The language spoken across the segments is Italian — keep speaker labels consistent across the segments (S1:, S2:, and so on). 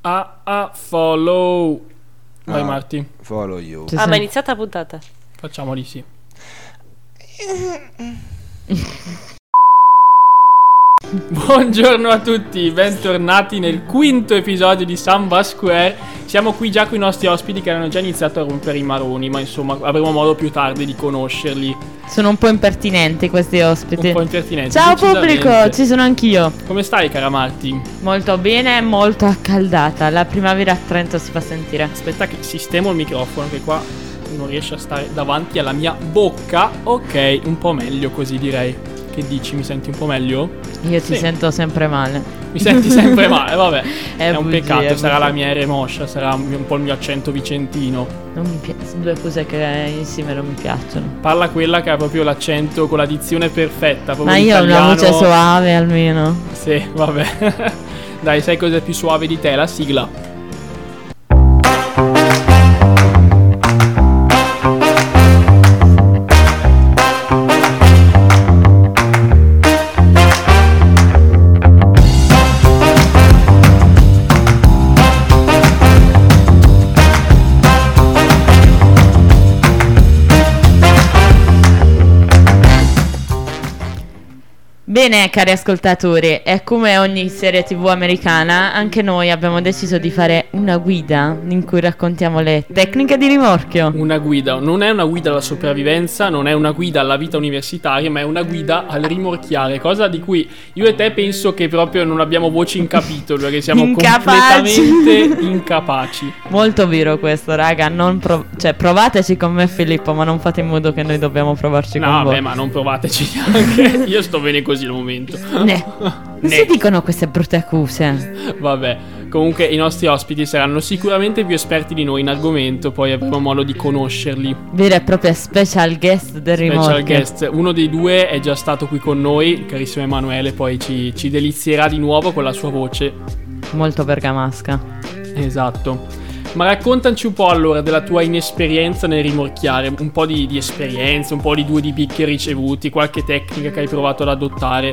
S1: a a follow. Vai
S2: Ah.
S1: Marti,
S2: Follow you.
S3: Sì,
S4: Ah,
S3: sì.
S1: Esatto.
S4: ma è iniziata la puntata.
S1: facciamoli sì. Buongiorno a tutti, bentornati nel quinto episodio di Samba Square. Siamo qui già con i nostri ospiti che hanno già iniziato a rompere i maroni, ma insomma avremo modo più tardi di conoscerli.
S3: Sono un po' impertinenti questi ospiti.
S1: Un po' impertinenti.
S3: Ciao pubblico,
S1: decisamente.
S3: ci sono anch'io.
S1: Come stai cara Marti?
S3: Molto bene, molto accaldata. La primavera a Trento si fa sentire.
S1: Aspetta che sistemo il microfono che qua non riesce a stare davanti alla mia bocca. Ok, un po' meglio così direi. Che dici? Mi senti un po' meglio?
S3: Io ti
S1: Sì.
S3: sento sempre male.
S1: Mi senti sempre male, vabbè.
S3: È,
S1: È, un
S3: bugia,
S1: peccato,
S3: è
S1: sarà
S3: bugia.
S1: la mia remoscia, sarà un un po' il mio accento vicentino.
S3: Non mi piace- Due cose che insieme non mi piacciono.
S1: Parla quella che ha proprio l'accento con la dizione perfetta, proprio
S3: Ma io ho una
S1: l'italiano.
S3: voce soave almeno.
S1: Sì, vabbè. Dai, sai cos'è più suave di te? La sigla.
S3: Bene, cari ascoltatori, è come ogni serie TV americana, anche noi abbiamo deciso di fare una guida in cui raccontiamo le tecniche di rimorchio.
S1: Una guida, non è una guida alla sopravvivenza, non è una guida alla vita universitaria, ma è una guida al rimorchiare, cosa di cui io e te penso che proprio non abbiamo voce in capitolo, perché siamo
S3: Incapaci.
S1: completamente incapaci.
S3: Molto vero questo, raga. Non prov- cioè, provateci con me e Filippo, ma non fate in modo che noi dobbiamo provarci
S1: No,
S3: con
S1: vabbè,
S3: voi.
S1: ma non provateci neanche. Io sto bene così al momento.
S3: Ne. Non si dicono queste brutte accuse.
S1: Vabbè, comunque i nostri ospiti saranno sicuramente più esperti di noi in argomento, poi avremo modo di conoscerli.
S3: Vera e propria special guest del
S1: Special
S3: rimorchio.
S1: guest, uno dei due è già stato qui con noi, il carissimo Emanuele, poi ci, ci delizierà di nuovo con la sua voce.
S3: Molto bergamasca.
S1: Esatto. Ma raccontaci un po' allora della tua inesperienza nel rimorchiare, un po' di, di esperienza, un po' di due di picche ricevuti, qualche tecnica che hai provato ad adottare.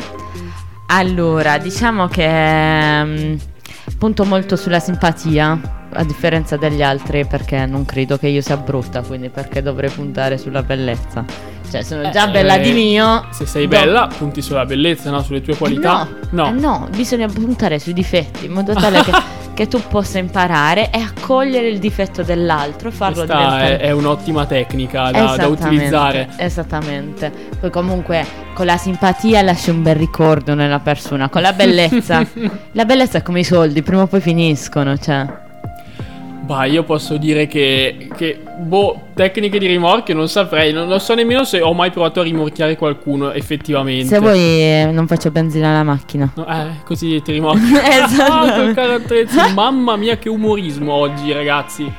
S3: Allora, diciamo che ehm, punto molto sulla simpatia, a differenza degli altri, perché non credo che io sia brutta, quindi perché dovrei puntare sulla bellezza. Cioè, sono già
S1: Eh,
S3: bella di mio.
S1: Se sei
S3: No.
S1: bella, punti sulla bellezza, no? Sulle tue qualità.
S3: Eh No, eh no, bisogna puntare sui difetti in modo tale che, che tu possa imparare e accogliere il difetto dell'altro e farlo
S1: Questa
S3: diventare
S1: è, è un'ottima tecnica da, da utilizzare.
S3: Esattamente. Poi comunque con la simpatia lasci un bel ricordo nella persona, con la bellezza. la bellezza è come i soldi, prima o poi finiscono, cioè.
S1: Bah, io posso dire che, che, boh, tecniche di rimorchio non saprei, non, non so nemmeno se ho mai provato a rimorchiare qualcuno effettivamente.
S3: Se vuoi eh, non faccio benzina alla macchina.
S1: No, eh, così ti rimorchio.
S3: Esattamente.
S1: Ah, che caratterizza- Mamma mia, che umorismo oggi, ragazzi.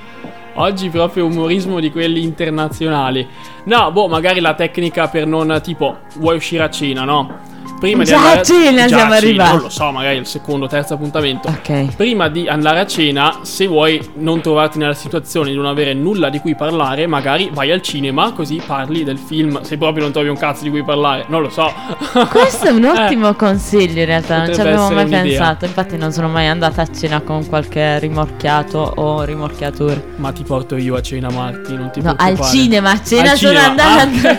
S1: Oggi proprio umorismo di quelli internazionali. No, boh, magari la tecnica per non, tipo, vuoi uscire a cena, no? Prima
S3: Già a
S1: andare
S3: cena
S1: già
S3: siamo
S1: a
S3: arrivati.
S1: Non lo so, magari il secondo, terzo appuntamento.
S3: Ok.
S1: Prima di andare a cena, se vuoi non trovarti nella situazione di non avere nulla di cui parlare, magari vai al cinema così parli del film. Se proprio non trovi un cazzo di cui parlare, non lo so.
S3: Questo è un
S1: Eh,
S3: ottimo consiglio in realtà, non ci
S1: potrebbe
S3: avevo
S1: essere
S3: mai
S1: un'idea.
S3: pensato, infatti non sono mai andata a cena con qualche rimorchiato o rimorchiatore.
S1: Ma ti porto io a cena, Marti, non ti
S3: No,
S1: preoccupare.
S3: al cinema, a cena
S1: Al
S3: sono
S1: cinema,
S3: andata.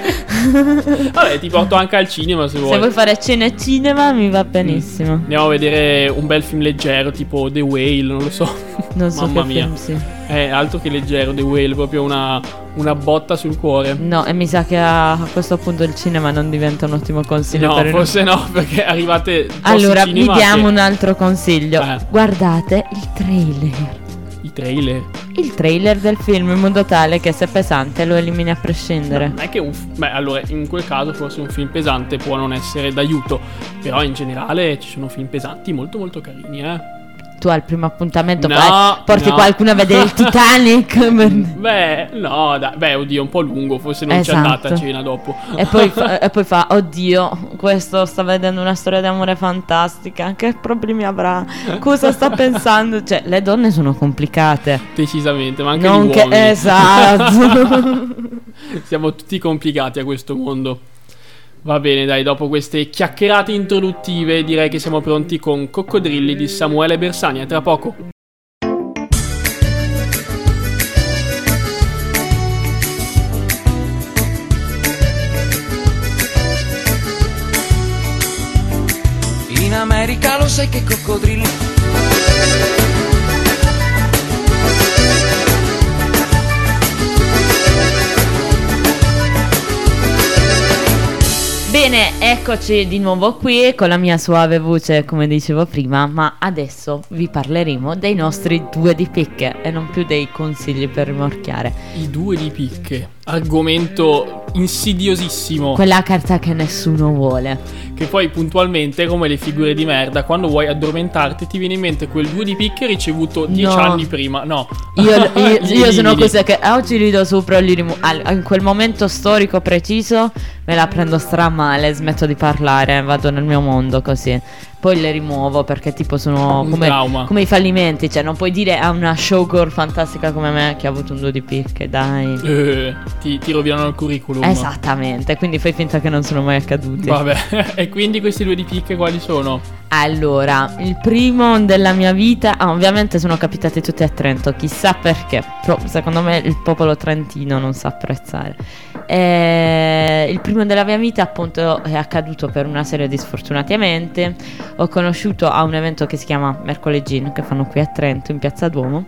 S1: ah, Vabbè, ti porto anche al cinema se vuoi.
S3: Se vuoi fare cena e cinema mi va benissimo.
S1: Andiamo a vedere un bel film leggero, tipo The Whale, non lo so.
S3: Non so
S1: Mamma
S3: che
S1: mia.
S3: film sì.
S1: Eh, altro che leggero, The Whale, proprio una, una botta sul cuore.
S3: No, e mi sa che a a questo punto il cinema non diventa un ottimo consiglio
S1: No,
S3: per il-
S1: forse no, perché arrivate. posti
S3: Allora, vi
S1: cinema
S3: diamo
S1: che-
S3: un altro consiglio.
S1: Eh.
S3: Guardate il trailer.
S1: I trailer.
S3: Il trailer del film in modo tale che se è pesante lo elimini a prescindere.
S1: Non è che un f- Beh, allora, in quel caso forse un film pesante può non essere d'aiuto. Però in generale ci sono film pesanti molto molto carini, eh.
S3: Tu al primo appuntamento
S1: No,
S3: vai, porti
S1: no.
S3: qualcuno a vedere il Titanic.
S1: Beh, no, dai, beh, oddio, un po' lungo, forse non
S3: Esatto.
S1: c'è andata a cena dopo.
S3: e, poi fa, e poi fa, oddio, questo sta vedendo una storia d'amore fantastica. Che problemi avrà? Cosa sta pensando? Cioè, le donne sono complicate.
S1: Decisamente, ma anche
S3: Non
S1: gli
S3: che-
S1: uomini.
S3: esatto.
S1: Siamo tutti complicati a questo mondo. Va bene, dai, dopo queste chiacchierate introduttive direi che siamo pronti con Coccodrilli di Samuele Bersani, a tra poco.
S2: America lo sai che coccodrillo
S3: Bene, eccoci di nuovo qui con la mia suave voce, come dicevo prima, ma adesso vi parleremo dei nostri due di picche e non più dei consigli per rimorchiare.
S1: I due di picche. Argomento insidiosissimo.
S3: Quella carta che nessuno vuole.
S1: che poi puntualmente, come le figure di merda, quando vuoi addormentarti ti viene in mente quel due di picche ricevuto dieci
S3: No.
S1: anni prima. No.
S3: Io, io-
S1: Gli
S3: io sono
S1: lividi.
S3: cose che ah, oggi li do sopra, li rimu- al- in quel momento storico preciso me la prendo stramale, smetto di parlare, vado nel mio mondo così. Poi le rimuovo perché tipo sono
S1: Un
S3: come,
S1: trauma.
S3: come i fallimenti, cioè non puoi dire a una showgirl fantastica come me che ha avuto un 2 di picche, dai.
S1: Eh, ti, ti rovinano il curriculum.
S3: Esatto. Esattamente, quindi fai finta che non sono mai accaduti.
S1: Vabbè. e quindi questi due di picche quali sono?
S3: Allora, il primo della mia vita, ah, ovviamente sono capitati tutti a Trento, chissà perché, però secondo me il popolo trentino non sa apprezzare. Eh, il primo della mia vita appunto è accaduto per una serie di sfortunatamente, ho conosciuto a un evento che si chiama Mercoledì che fanno qui a Trento in Piazza Duomo.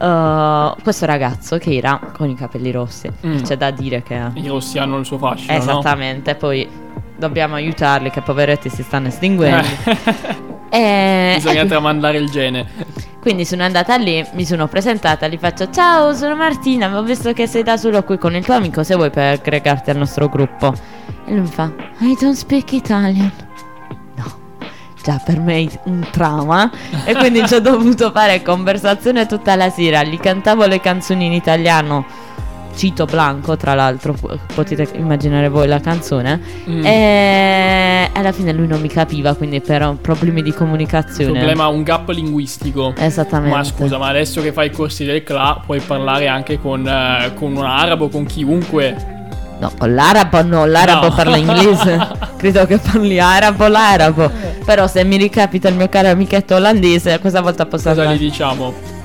S3: eh, questo ragazzo che era con i capelli rossi,
S1: Mm.
S3: c'è da dire che
S1: I rossi hanno il suo fascino,
S3: Esattamente, poi dobbiamo aiutarli che poveretti si stanno
S1: no?
S3: estinguendo. Eh,
S1: Bisogna
S3: ecco,
S1: tramandare il gene.
S3: quindi sono andata lì, mi sono presentata, gli faccio ciao, sono Martina, ma ho visto che sei da solo qui con il tuo amico, se vuoi per aggregarti al nostro gruppo. E lui mi fa, I don't speak Italian. No, già per me è un trauma. E quindi ci ho dovuto fare conversazione tutta la sera, gli cantavo le canzoni in italiano. Cito Blanco, tra l'altro, pu- potete immaginare voi la canzone.
S1: Mm.
S3: Eh, E alla fine lui non mi capiva, quindi per problemi di comunicazione.
S1: Problema un gap linguistico.
S3: Esattamente.
S1: Ma scusa, ma adesso che fai i corsi del CLA puoi parlare anche con, eh, con un arabo, con chiunque.
S3: No, con l'arabo no, l'arabo
S1: No.
S3: parla inglese. Credo che parli arabo, l'arabo. Però se mi ricapita il mio caro amichetto olandese, questa volta posso
S1: Cosa gli
S3: andare.
S1: diciamo?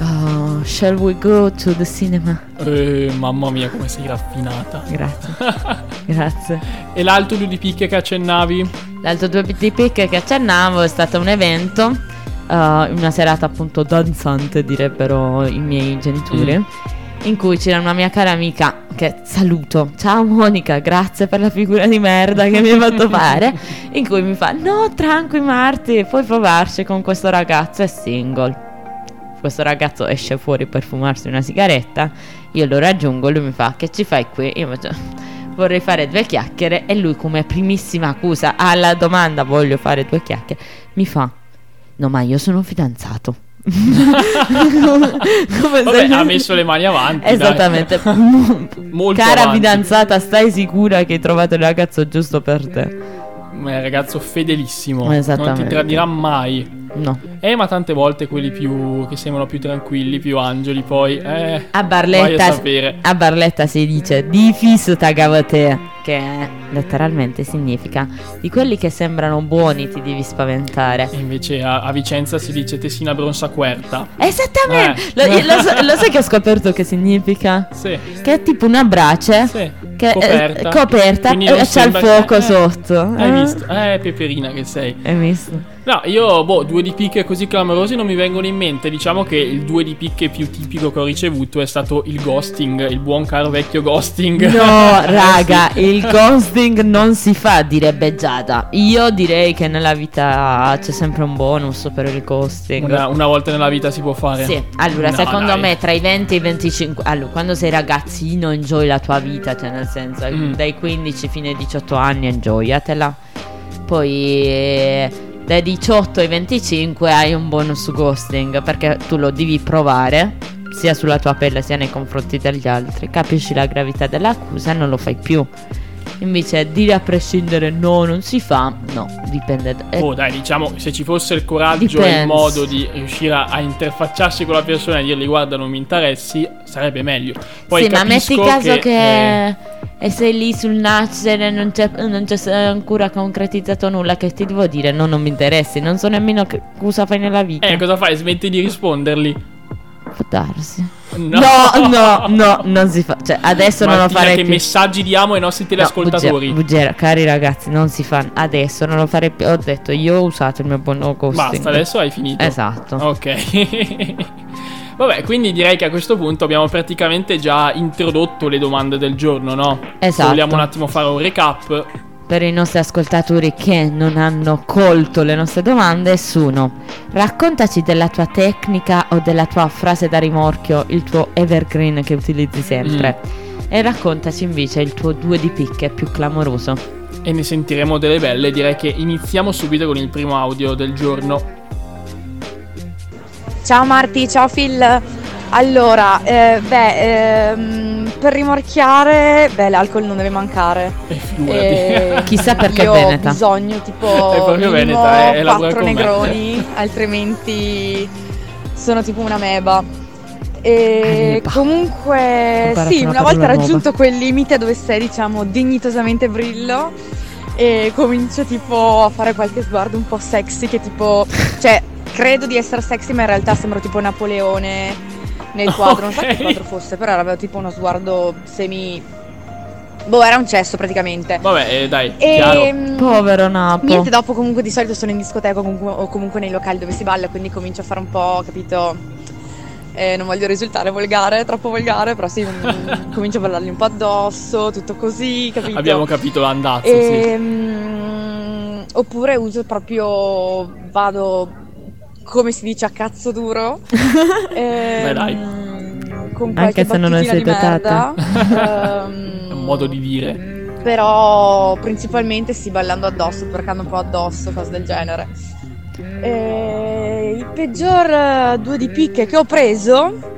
S3: Oh, shall we go to the cinema?
S1: Eh, mamma mia, come sei raffinata.
S3: Grazie. Grazie.
S1: E l'altro due di picche che accennavi?
S3: L'altro due di pick che accennavo è stato un evento, eh, una serata appunto danzante direbbero i miei
S1: Mm.
S3: genitori, in cui c'era una mia cara amica che saluto, ciao Monica, grazie per la figura di merda che mi hai fatto fare, in cui mi fa no tranqui Marti, puoi provarci con questo ragazzo, è single. Questo ragazzo esce fuori per fumarsi una sigaretta, io lo raggiungo, lui mi fa che ci fai qui? Io faccio vorrei fare due chiacchiere e lui come primissima accusa alla domanda voglio fare due chiacchiere mi fa no ma io sono fidanzato come
S1: Vabbè, ha messo le mani avanti. dai.
S3: esattamente
S1: Molto
S3: cara
S1: avanti.
S3: fidanzata stai sicura che hai trovato il ragazzo giusto per te
S1: Ma è un Eh, ragazzo fedelissimo. Non
S3: Esattamente.
S1: ti tradirà mai.
S3: no
S1: Eh, ma tante volte quelli più che sembrano più tranquilli, più angeli, poi. Eh.
S3: a
S1: Voglio
S3: Barletta
S1: sapere.
S3: a Barletta si dice di fisso tagavote che letteralmente significa di quelli che sembrano buoni ti devi spaventare
S1: E invece a, a Vicenza si dice Tessina Bronsa Querta.
S3: Esattamente,
S1: Eh.
S3: lo, io- lo so- lo sai che ho scoperto che significa?
S1: Sì.
S3: Che è tipo una brace
S1: Sì.
S3: Eh, che è
S1: coperta.
S3: coperta
S1: Quindi
S3: e
S1: non
S3: c'è il
S1: sembra-
S3: fuoco
S1: eh,
S3: sotto.
S1: Hai
S3: eh?
S1: visto? Eh, peperina che sei.
S3: Hai visto?
S1: No, io, boh, due di picche così clamorosi non mi vengono in mente. Diciamo che il due di picche più tipico che ho ricevuto è stato il ghosting, il buon caro vecchio ghosting.
S3: No, raga,
S1: Sì.
S3: il ghosting non si fa, direbbe Giada. Io direi che nella vita c'è sempre un bonus per il ghosting.
S1: Una, una volta nella vita si può fare.
S3: Sì, allora
S1: No,
S3: secondo
S1: dai.
S3: me tra i 20 e i 25, allora quando sei ragazzino enjoy la tua vita, cioè nel senso
S1: Mm.
S3: dai 15 fino ai 18 anni enjoyatela, poi eh, dai 18 ai 25 hai un bonus ghosting perché tu lo devi provare sia sulla tua pelle sia nei confronti degli altri, capisci la gravità dell'accusa e non lo fai più. Invece dire a prescindere no, non si fa, no, dipende. da- eh,
S1: Oh, dai, diciamo, se ci fosse il coraggio e
S3: Depends.
S1: il modo di riuscire a, a interfacciarsi con la persona e dirgli guarda non mi interessi, sarebbe meglio. Poi
S3: sì, ma metti
S1: capisco
S3: caso che,
S1: eh,
S3: e sei lì sul nascere, non c'è, non c'è s- ancora concretizzato nulla, che ti devo dire?
S1: Ecco.
S3: No, non mi interessi, non so nemmeno che cosa fai nella vita.
S1: Eh, cosa fai? Smetti di risponderli.
S3: può darsi. No, no, no, non si fa. Cioè, adesso
S1: Martina,
S3: non lo farei
S1: che
S3: più.
S1: messaggi diamo ai nostri
S3: No,
S1: teleascoltatori?
S3: bugia- bugiera, cari ragazzi, non si fa. Adesso non lo farei più. Ho detto, io ho usato il mio buon ghosting.
S1: Basta, adesso hai finito.
S3: Esatto.
S1: Ok. Vabbè, quindi direi che a questo punto abbiamo praticamente già introdotto le domande del giorno, no? Se
S3: Esatto.
S1: vogliamo un attimo fare un recap.
S3: Per i nostri ascoltatori che non hanno colto le nostre domande sono raccontaci della tua tecnica o della tua frase da rimorchio, il tuo evergreen che utilizzi sempre.
S4: Mm.
S3: E raccontaci invece il tuo due di picche più clamoroso.
S4: Mm.
S1: E ne sentiremo delle belle. Direi che iniziamo subito con il primo audio del giorno.
S4: Ciao Marti, ciao Phil. Allora, eh, beh, ehm, per rimorchiare, beh, l'alcol non deve mancare.
S1: E figurati.
S4: Eh,
S3: Chissà perché
S4: io
S3: Veneta.
S4: ho bisogno tipo
S1: È proprio
S4: minimo
S1: Veneta, eh, elabora
S4: quattro
S1: con me.
S4: negroni, altrimenti sono tipo una meba. E
S3: Ameba.
S4: comunque
S3: Imparato
S4: sì,
S3: una
S4: una
S3: parola
S4: volta
S3: nuova.
S4: raggiunto quel limite dove sei diciamo dignitosamente brillo e comincio tipo a fare qualche sguardo un po' sexy che tipo cioè credo di essere sexy ma in realtà sembro tipo Napoleone nel quadro, non so
S1: Ok.
S4: che quadro fosse, però aveva tipo uno sguardo semi boh, era un cesso praticamente.
S1: Vabbè, eh, dai,
S4: E
S1: chiaro.
S4: mm,
S3: Povero Napo.
S4: niente, dopo comunque di solito sono in discoteca o comunque- o comunque nei locali dove si balla, quindi comincio a fare un po', capito? Eh, non voglio risultare volgare, troppo volgare, però sì, mm, comincio a ballarli un po' addosso, tutto così, capito?
S1: Abbiamo capito l'andazzo,
S4: Eh,
S1: sì.
S4: Ehm, Oppure uso proprio, vado come si dice a cazzo duro. Ehm,
S1: dai.
S4: Con
S3: Anche
S4: qualche
S3: se non ne
S4: battutina
S3: sei
S4: di
S3: dotata.
S4: merda. Ehm,
S1: È un modo di dire.
S4: Però principalmente sì, ballando addosso, percando un po' addosso, cose del genere. E il peggior eh, due di picche che ho preso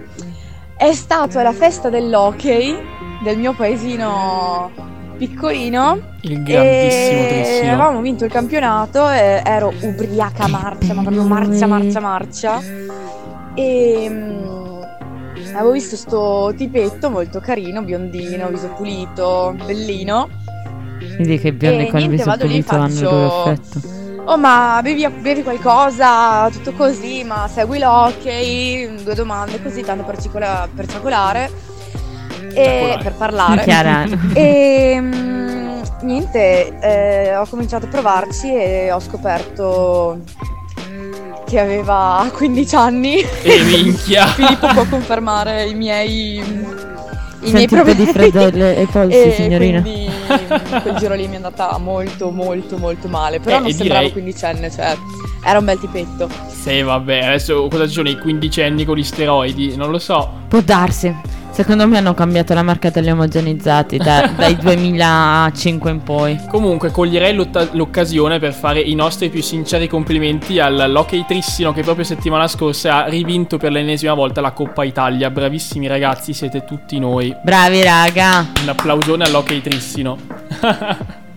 S4: è stato alla festa dell'hockey del mio paesino piccolino
S1: Il grandissimo
S4: e
S1: Trissino.
S4: Avevamo vinto il campionato e ero ubriaca marcia, ma proprio marcia, marcia, marcia. E mm, avevo visto sto tipetto molto carino, biondino, viso pulito, bellino.
S3: Quindi che i biondi
S4: E
S3: con il
S4: Eh, niente,
S3: viso
S4: vado lì e
S3: pulito hanno il loro
S4: faccio-
S3: effetto.
S4: Oh, ma bevi, bevi qualcosa, tutto così, ma segui l'hockey, mm, due domande così, tanto per, cicola- per ciacolare. E
S1: Ciacolare.
S4: per parlare.
S3: Chiara,
S4: E mm, niente, eh, ho cominciato a provarci e ho scoperto mm, che aveva 15 anni.
S1: E Eh, minchia.
S4: Filippo può confermare i miei, mm, i miei
S3: senti un po' di
S4: problemi.
S3: freddo alle- ai polsi,
S4: E
S3: signorina.
S4: quindi mm, quel giro lì mi è andata molto molto molto male Però
S1: Eh,
S4: non
S1: e
S4: sembravo
S1: direi-
S4: quindicenne, cioè era un bel tipetto
S1: Sì, vabbè, adesso cosa ci sono i quindicenni con gli steroidi? Non lo so.
S3: Può darsi. Secondo me hanno cambiato la marca degli omogenizzati da- dai 2005 in poi.
S1: Comunque, coglierei l'otta- l'occasione per fare i nostri più sinceri complimenti all'Hockey Trissino che proprio settimana scorsa ha rivinto per l'ennesima volta la Coppa Italia. Bravissimi ragazzi, siete tutti noi.
S3: Bravi raga.
S1: Un applausone all'Hockey Trissino.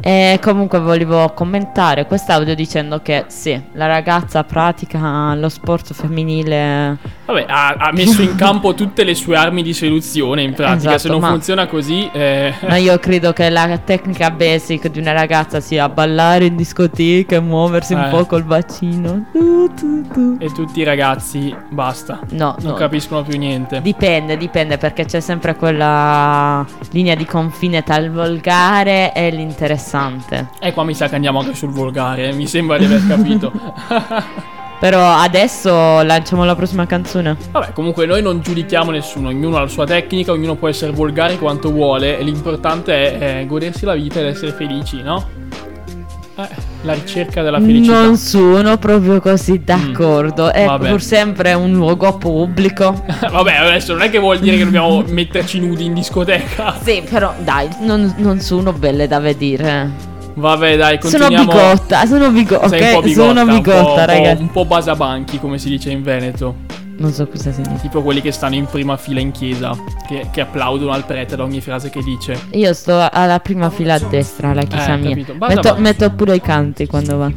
S3: E comunque volevo commentare quest'audio dicendo che sì, la ragazza pratica lo sport femminile.
S1: Vabbè, ha, ha messo in campo tutte le sue armi di seduzione, in pratica.
S3: Esatto,
S1: Se non
S3: ma-
S1: funziona così, eh,
S3: Ma io credo che la tecnica basic di una ragazza sia ballare in discoteca e muoversi
S1: Eh.
S3: un po' col bacino. Tu, tu, tu.
S1: e tutti i ragazzi, basta.
S3: No,
S1: Non
S3: no.
S1: capiscono più niente.
S3: Dipende, dipende perché c'è sempre quella linea di confine tra il volgare e l'interessante.
S1: E qua mi sa che andiamo anche sul volgare, eh, mi sembra di aver capito.
S3: Però adesso lanciamo la prossima canzone.
S1: Vabbè, comunque noi non giudichiamo nessuno, ognuno ha la sua tecnica, ognuno può essere volgare quanto vuole, e l'importante è, eh, godersi la vita ed essere felici, no? Eh, la ricerca della felicità. Mm.
S3: Non sono proprio così d'accordo. È
S1: Vabbè.
S3: pur sempre un luogo pubblico.
S1: Vabbè, adesso non è che vuol dire che dobbiamo metterci nudi in discoteca.
S3: sì, però dai, non, non sono belle da vedere. eh.
S1: Vabbè, dai,
S3: Sono
S1: continuiamo.
S3: bigotta, sono bigotta.
S1: Sei un po'
S3: Ok,
S1: bigotta,
S3: sono
S1: un po'-
S3: bigotta,
S1: un po',
S3: ragazzi.
S1: Un po' basabanchi, come si dice in Veneto.
S3: Non so cosa significa.
S1: Tipo quelli che stanno in prima fila in chiesa, che, che applaudono al prete ad ogni frase che dice.
S3: Io sto alla prima fila a destra, alla chiesa
S1: Eh,
S3: mia.
S1: capito. Basta,
S3: Metto,
S1: basta.
S3: metto pure i canti quando va.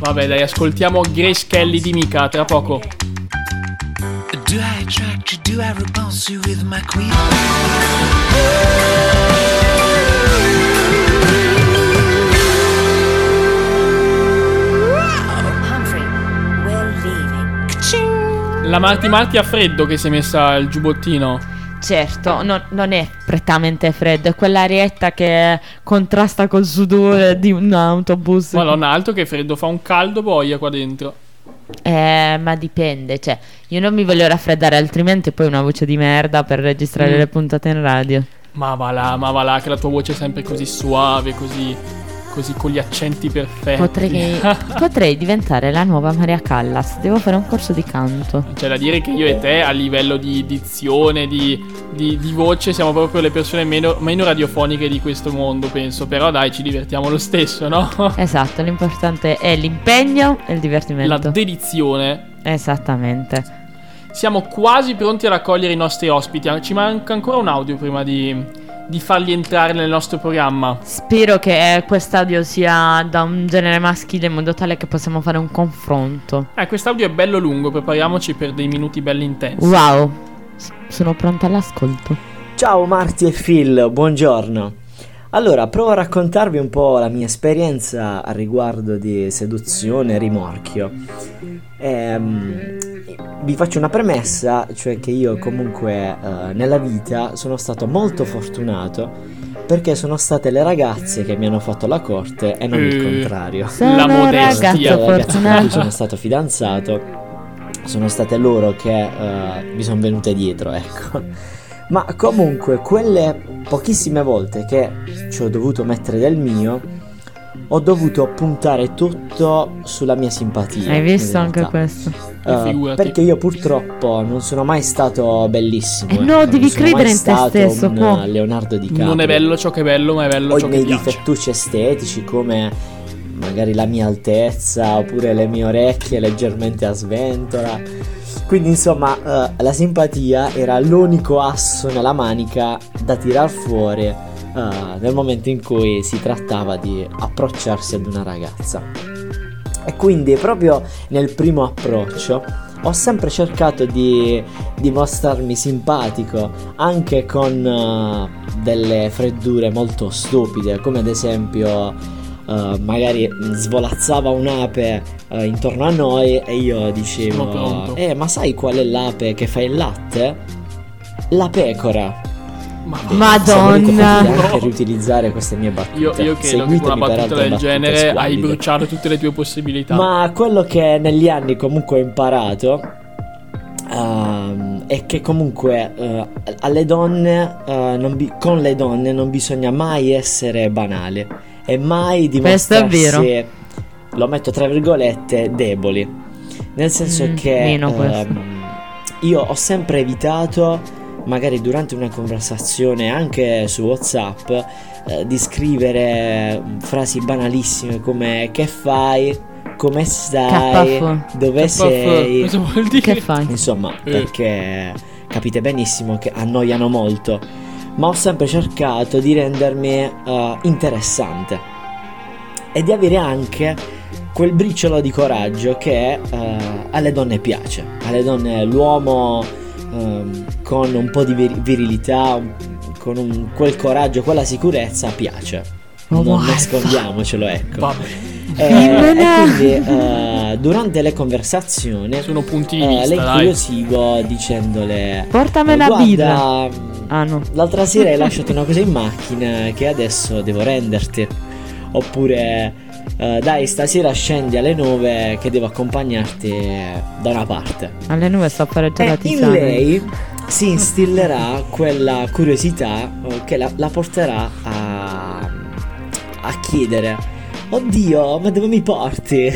S1: Vabbè, dai, ascoltiamo Grace Kelly di Mika tra poco.
S2: Do I attract you? Do I repulse you with my queen?
S5: Humphrey, we're leaving.
S1: La Marti Marti a freddo che si è messa il giubbottino.
S3: Certo, no- non è prettamente freddo, è quell'arietta che contrasta col sudore di un autobus.
S1: Madonna, altro che freddo, fa un caldo boia qua dentro.
S3: Eh, ma dipende, cioè, io non mi voglio raffreddare, altrimenti poi una voce di merda per registrare
S1: Mm.
S3: le puntate in radio.
S1: Ma va là, ma va là, che la tua voce è sempre così suave, così. così con gli accenti perfetti.
S3: Potrei, potrei diventare la nuova Maria Callas, devo fare un corso di canto.
S1: C'è da dire che io e te a livello di dizione, di, di- di voce, siamo proprio le persone meno, meno radiofoniche di questo mondo, penso. Però dai, ci divertiamo lo stesso, no?
S3: Esatto, l'importante è l'impegno e il
S1: La
S3: divertimento.
S1: dedizione.
S3: Esattamente.
S1: Siamo quasi pronti a raccogliere i nostri ospiti. Ci manca ancora un audio prima di, di farli entrare nel nostro programma.
S3: Spero che eh, quest'audio sia da un genere maschile in modo tale che possiamo fare un confronto.
S1: Eh, quest'audio è bello lungo, prepariamoci per dei minuti belli intensi.
S3: Wow, s- sono pronta all'ascolto.
S5: Ciao Marti e Phil, buongiorno. Allora, provo a raccontarvi un po' la mia esperienza a riguardo di seduzione e rimorchio. Ehm, vi faccio una premessa, cioè che io comunque eh, nella vita sono stato molto fortunato perché sono state le ragazze che mi hanno fatto la corte e non il
S1: Eh.
S5: contrario.
S3: Sono
S1: La
S3: un
S1: modestia.
S3: ragazzo
S5: Sono ragazzo con cui sono
S3: fortunato.
S5: stato fidanzato. Sono state loro che eh, mi sono venute dietro, ecco. Ma comunque, quelle pochissime volte che ci ho dovuto mettere del mio, ho dovuto puntare tutto sulla mia simpatia.
S3: Hai
S5: in
S3: visto anche
S5: realtà.
S3: questo?
S5: Eh,
S1: Figurati.
S5: perché io purtroppo non sono mai stato bellissimo.
S3: Eh
S5: ecco,
S3: no,
S5: non
S3: devi
S5: sono
S3: credere
S5: mai
S3: in te
S5: stato
S3: stesso,
S5: un,
S3: può.
S5: eh, Leonardo Di
S1: Non è bello ciò che è bello, ma è bello
S5: Ho i
S1: ciò che
S5: miei
S1: piace.
S5: difettucci estetici come magari la mia altezza oppure le mie orecchie leggermente a sventola. Quindi insomma eh, la simpatia era l'unico asso nella manica da tirar fuori eh, nel momento in cui si trattava di approcciarsi ad una ragazza. E quindi proprio nel primo approccio ho sempre cercato di, di mostrarmi simpatico anche con eh, delle freddure molto stupide come ad esempio eh, magari svolazzava un'ape eh, intorno a noi e io
S1: Sono
S5: dicevo
S1: pronto.
S5: eh ma sai qual è l'ape che fa il latte? La pecora
S1: Ma va.
S3: Madonna.
S5: Potete anche
S1: No.
S5: riutilizzare queste mie battute
S1: Io, io credo che con una
S5: Seguitemi per
S1: battuta
S5: altre
S1: del
S5: battute
S1: genere hai
S5: squallide.
S1: bruciato tutte le tue possibilità.
S5: Ma quello che negli anni comunque ho imparato ehm, è che comunque eh, alle donne, eh, non bi- con le donne non bisogna mai essere banali e mai
S3: Questo è
S5: dimostrarsi, lo metto tra virgolette, deboli. Nel senso
S3: Mm,
S5: che
S3: meno questo.
S5: ehm, io ho sempre evitato, magari durante una conversazione anche su WhatsApp, eh, di scrivere frasi banalissime come che fai, come stai,
S3: KF.
S5: dove
S1: Che fa-
S5: sei.
S1: Cosa vuol dire?
S3: Che fai?
S5: Insomma,
S1: Eh.
S5: perché capite benissimo che annoiano molto, ma ho sempre cercato di rendermi eh, interessante e di avere anche quel briciolo di coraggio che eh, alle donne piace, alle donne l'uomo ehm, con un po' di vir- virilità, un- con un- quel coraggio, quella sicurezza piace.
S3: Uomo
S5: non
S3: alfa.
S5: nascondiamocelo, ecco.
S1: Vabbè,
S5: Eh,
S3: Oh, Non
S5: e
S3: è-
S5: quindi eh, durante le conversazioni
S1: sono punti di
S5: eh, le
S1: vista, dai.
S5: incuriosivo dicendole
S3: Portami
S5: "Eh,
S3: la
S5: guarda,
S3: birra.
S5: mh,
S3: Ah no.
S5: L'altra sera hai lasciato una cosa in macchina che adesso devo renderti. Oppure eh, dai, stasera scendi alle 9 che devo accompagnarti da una parte.
S3: Alle nuvole sto per
S5: E
S3: gelatizzare.
S5: Eh, in lei si instillerà quella curiosità eh, che la, la porterà a, a chiedere: Oddio, ma dove mi porti?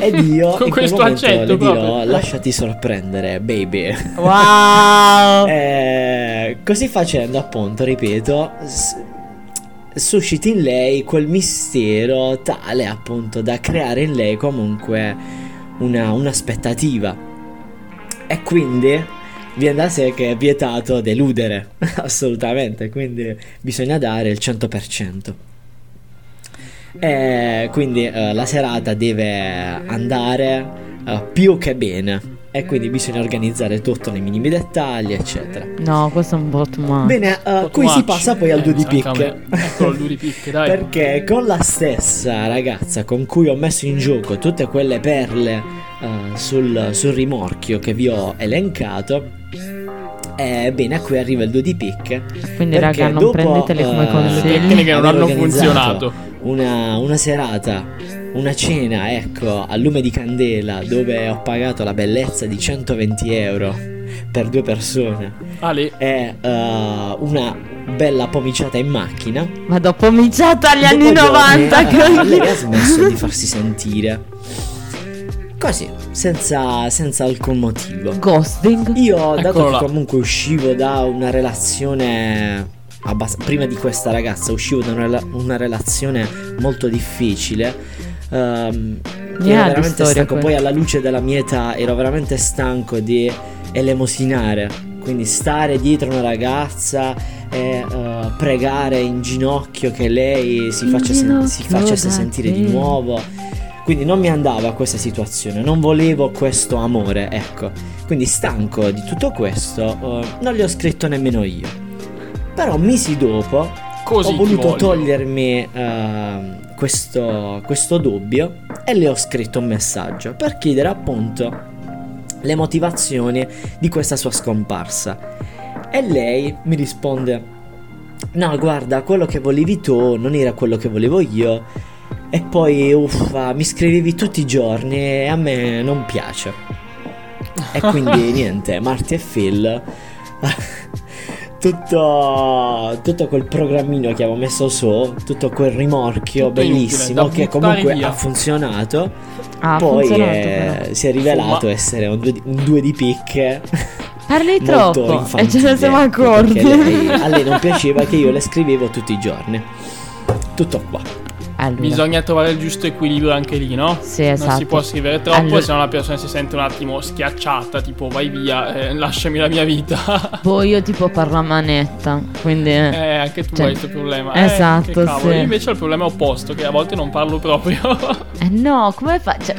S5: Ed io
S1: Con
S5: in quel
S1: questo
S5: momento
S1: accento
S5: le dirò:
S1: proprio.
S5: Lasciati sorprendere, baby.
S3: Wow!
S5: Eh, così facendo, appunto, ripeto, s- susciti in lei quel mistero tale appunto da creare in lei comunque una- un'aspettativa. E quindi viene da sé che è vietato deludere, assolutamente, quindi bisogna dare il 100%. E quindi eh, la serata deve andare eh, più che bene. e quindi bisogna organizzare tutto nei minimi dettagli, eccetera.
S3: No, questo è un bot ma.
S5: Bene, eh,
S1: Poco
S5: qui si
S1: match.
S5: passa poi al
S1: Eh,
S5: 2 di
S1: manca a
S5: pick.
S1: me. Eccolo il due di pick, dai.
S5: Perché con la stessa ragazza con cui ho messo in gioco tutte quelle perle eh, sul, sul rimorchio che vi ho elencato. Ebbene, qui arriva il 2 di pick.
S3: Quindi,
S5: perché
S3: raga, non
S5: dopo,
S3: prendeteli come
S5: eh,
S1: Le
S3: consigli.
S1: tecniche non
S5: Avere
S1: hanno
S5: organizzato.
S1: funzionato.
S5: Una, una serata, una cena, ecco, a lume di candela, dove ho pagato la bellezza di 120 euro per due persone
S1: Ale,
S5: e eh, una bella pomiciata in macchina.
S3: Ma dopo miciato agli anni
S5: Dopo giorni,
S3: 90.
S5: eh, lei ha
S3: cacchio.
S5: smesso di farsi sentire. Così, senza, senza alcun motivo.
S3: Ghosting.
S5: Io, dato
S1: Eccolo
S5: che
S1: là.
S5: comunque uscivo da una relazione. abbas- prima di questa ragazza, uscivo da una, rela- una relazione molto difficile. ehm,
S3: Ne ha
S5: ero
S3: di
S5: veramente
S3: storie
S5: stanco.
S3: quelle.
S5: Poi, alla luce della mia età, ero veramente stanco di elemosinare. Quindi, stare dietro una ragazza e eh, pregare in ginocchio che lei si,
S3: In
S5: faccia sen- si
S3: ginocchio, esatto,
S5: facesse sentire di
S3: davvero.
S5: nuovo. Quindi non mi andava questa situazione, non volevo questo amore, ecco. Quindi stanco di tutto questo, eh, non le ho scritto nemmeno io. Però mesi dopo
S1: così
S5: ho
S1: ti
S5: voluto
S1: voglio.
S5: togliermi ehm, questo, questo dubbio e le ho scritto un messaggio per chiedere appunto le motivazioni di questa sua scomparsa. E lei mi risponde: No, guarda, quello che volevi tu non era quello che volevo io. E poi, uffa, mi scrivevi tutti i giorni e a me non piace. E quindi niente, Marti e Phil. Tutto, tutto quel programmino che avevo messo su, tutto quel rimorchio
S1: Tutto inutile,
S5: bellissimo
S1: da
S5: che
S1: buttare
S5: comunque
S1: via.
S5: ha funzionato.
S3: Ah,
S5: Poi
S3: funzionato,
S5: eh,
S3: però.
S5: si è rivelato
S1: Insomma.
S5: essere un due di, un due di picche
S3: Parli
S5: molto
S3: troppo. E ce
S5: infantile,
S3: ne siamo
S5: ecco,
S3: accorti.
S5: perché lei- a lei non piaceva che io le scrivevo tutti i giorni. Tutto qua.
S3: Allora.
S1: Bisogna trovare il giusto equilibrio anche lì, no?
S3: Sì,
S1: Non
S3: esatto.
S1: si può scrivere troppo,
S3: Allora-
S1: se no la persona si sente un attimo schiacciata, tipo vai via, eh, lasciami la mia vita.
S3: Boh, io tipo parlo a manetta. Quindi.
S1: eh, anche tu
S3: Cioè,
S1: hai questo problema. Eh,
S3: esatto,
S1: che cavolo.
S3: sì.
S1: Io invece ho il problema opposto, che a volte non parlo proprio.
S3: Eh no, come fa? Cioè,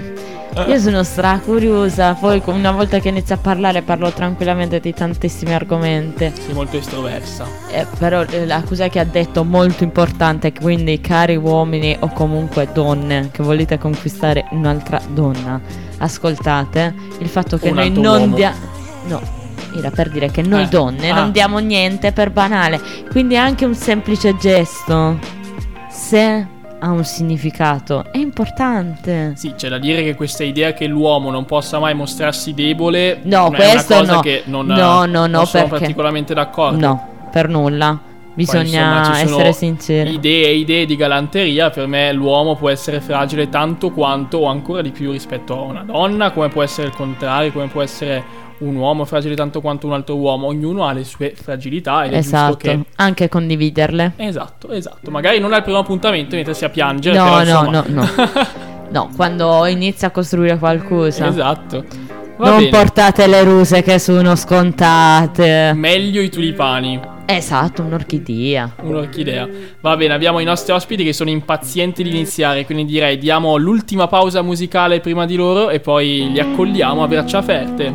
S1: Eh.
S3: io sono stracuriosa. Poi co- una volta che inizio a parlare parlo tranquillamente di tantissimi argomenti.
S1: Sei molto estroversa.
S3: Eh, però eh, la cosa che ha detto molto importante, quindi cari uomini o comunque donne che volete conquistare un'altra donna, ascoltate il fatto che
S1: Un
S3: noi
S1: altro
S3: non
S1: uomo.
S3: diamo... No, era per dire che noi
S1: Eh,
S3: donne
S1: ah.
S3: non diamo niente per banale, quindi anche un semplice gesto, se ha un significato, è importante.
S1: Sì, c'è da dire che questa idea che l'uomo non possa mai mostrarsi debole
S3: No,
S1: è
S3: questo
S1: una cosa
S3: no.
S1: che non,
S3: No, no, no,
S1: non sono
S3: perché-
S1: particolarmente d'accordo.
S3: No, per nulla.
S1: Poi,
S3: Bisogna
S1: insomma, ci sono
S3: essere sinceri.
S1: Idee e idee di galanteria, per me l'uomo può essere fragile tanto quanto o ancora di più rispetto a una donna, come può essere il contrario, come può essere un uomo fragile tanto quanto un altro uomo, ognuno ha le sue fragilità ed è
S3: Esatto,
S1: giusto che...
S3: anche condividerle.
S1: Esatto, esatto, magari non al primo appuntamento mentre si a piangere,
S3: No,
S1: però
S3: no,
S1: insomma...
S3: no, No, quando inizia a costruire qualcosa.
S1: esatto. Va
S3: Non
S1: bene.
S3: portate le ruse che sono scontate.
S1: Meglio i tulipani.
S3: Esatto, un'orchidea.
S1: Un'orchidea. Va bene, abbiamo i nostri ospiti che sono impazienti di iniziare, quindi direi diamo l'ultima pausa musicale prima di loro e poi li accogliamo a braccia aperte.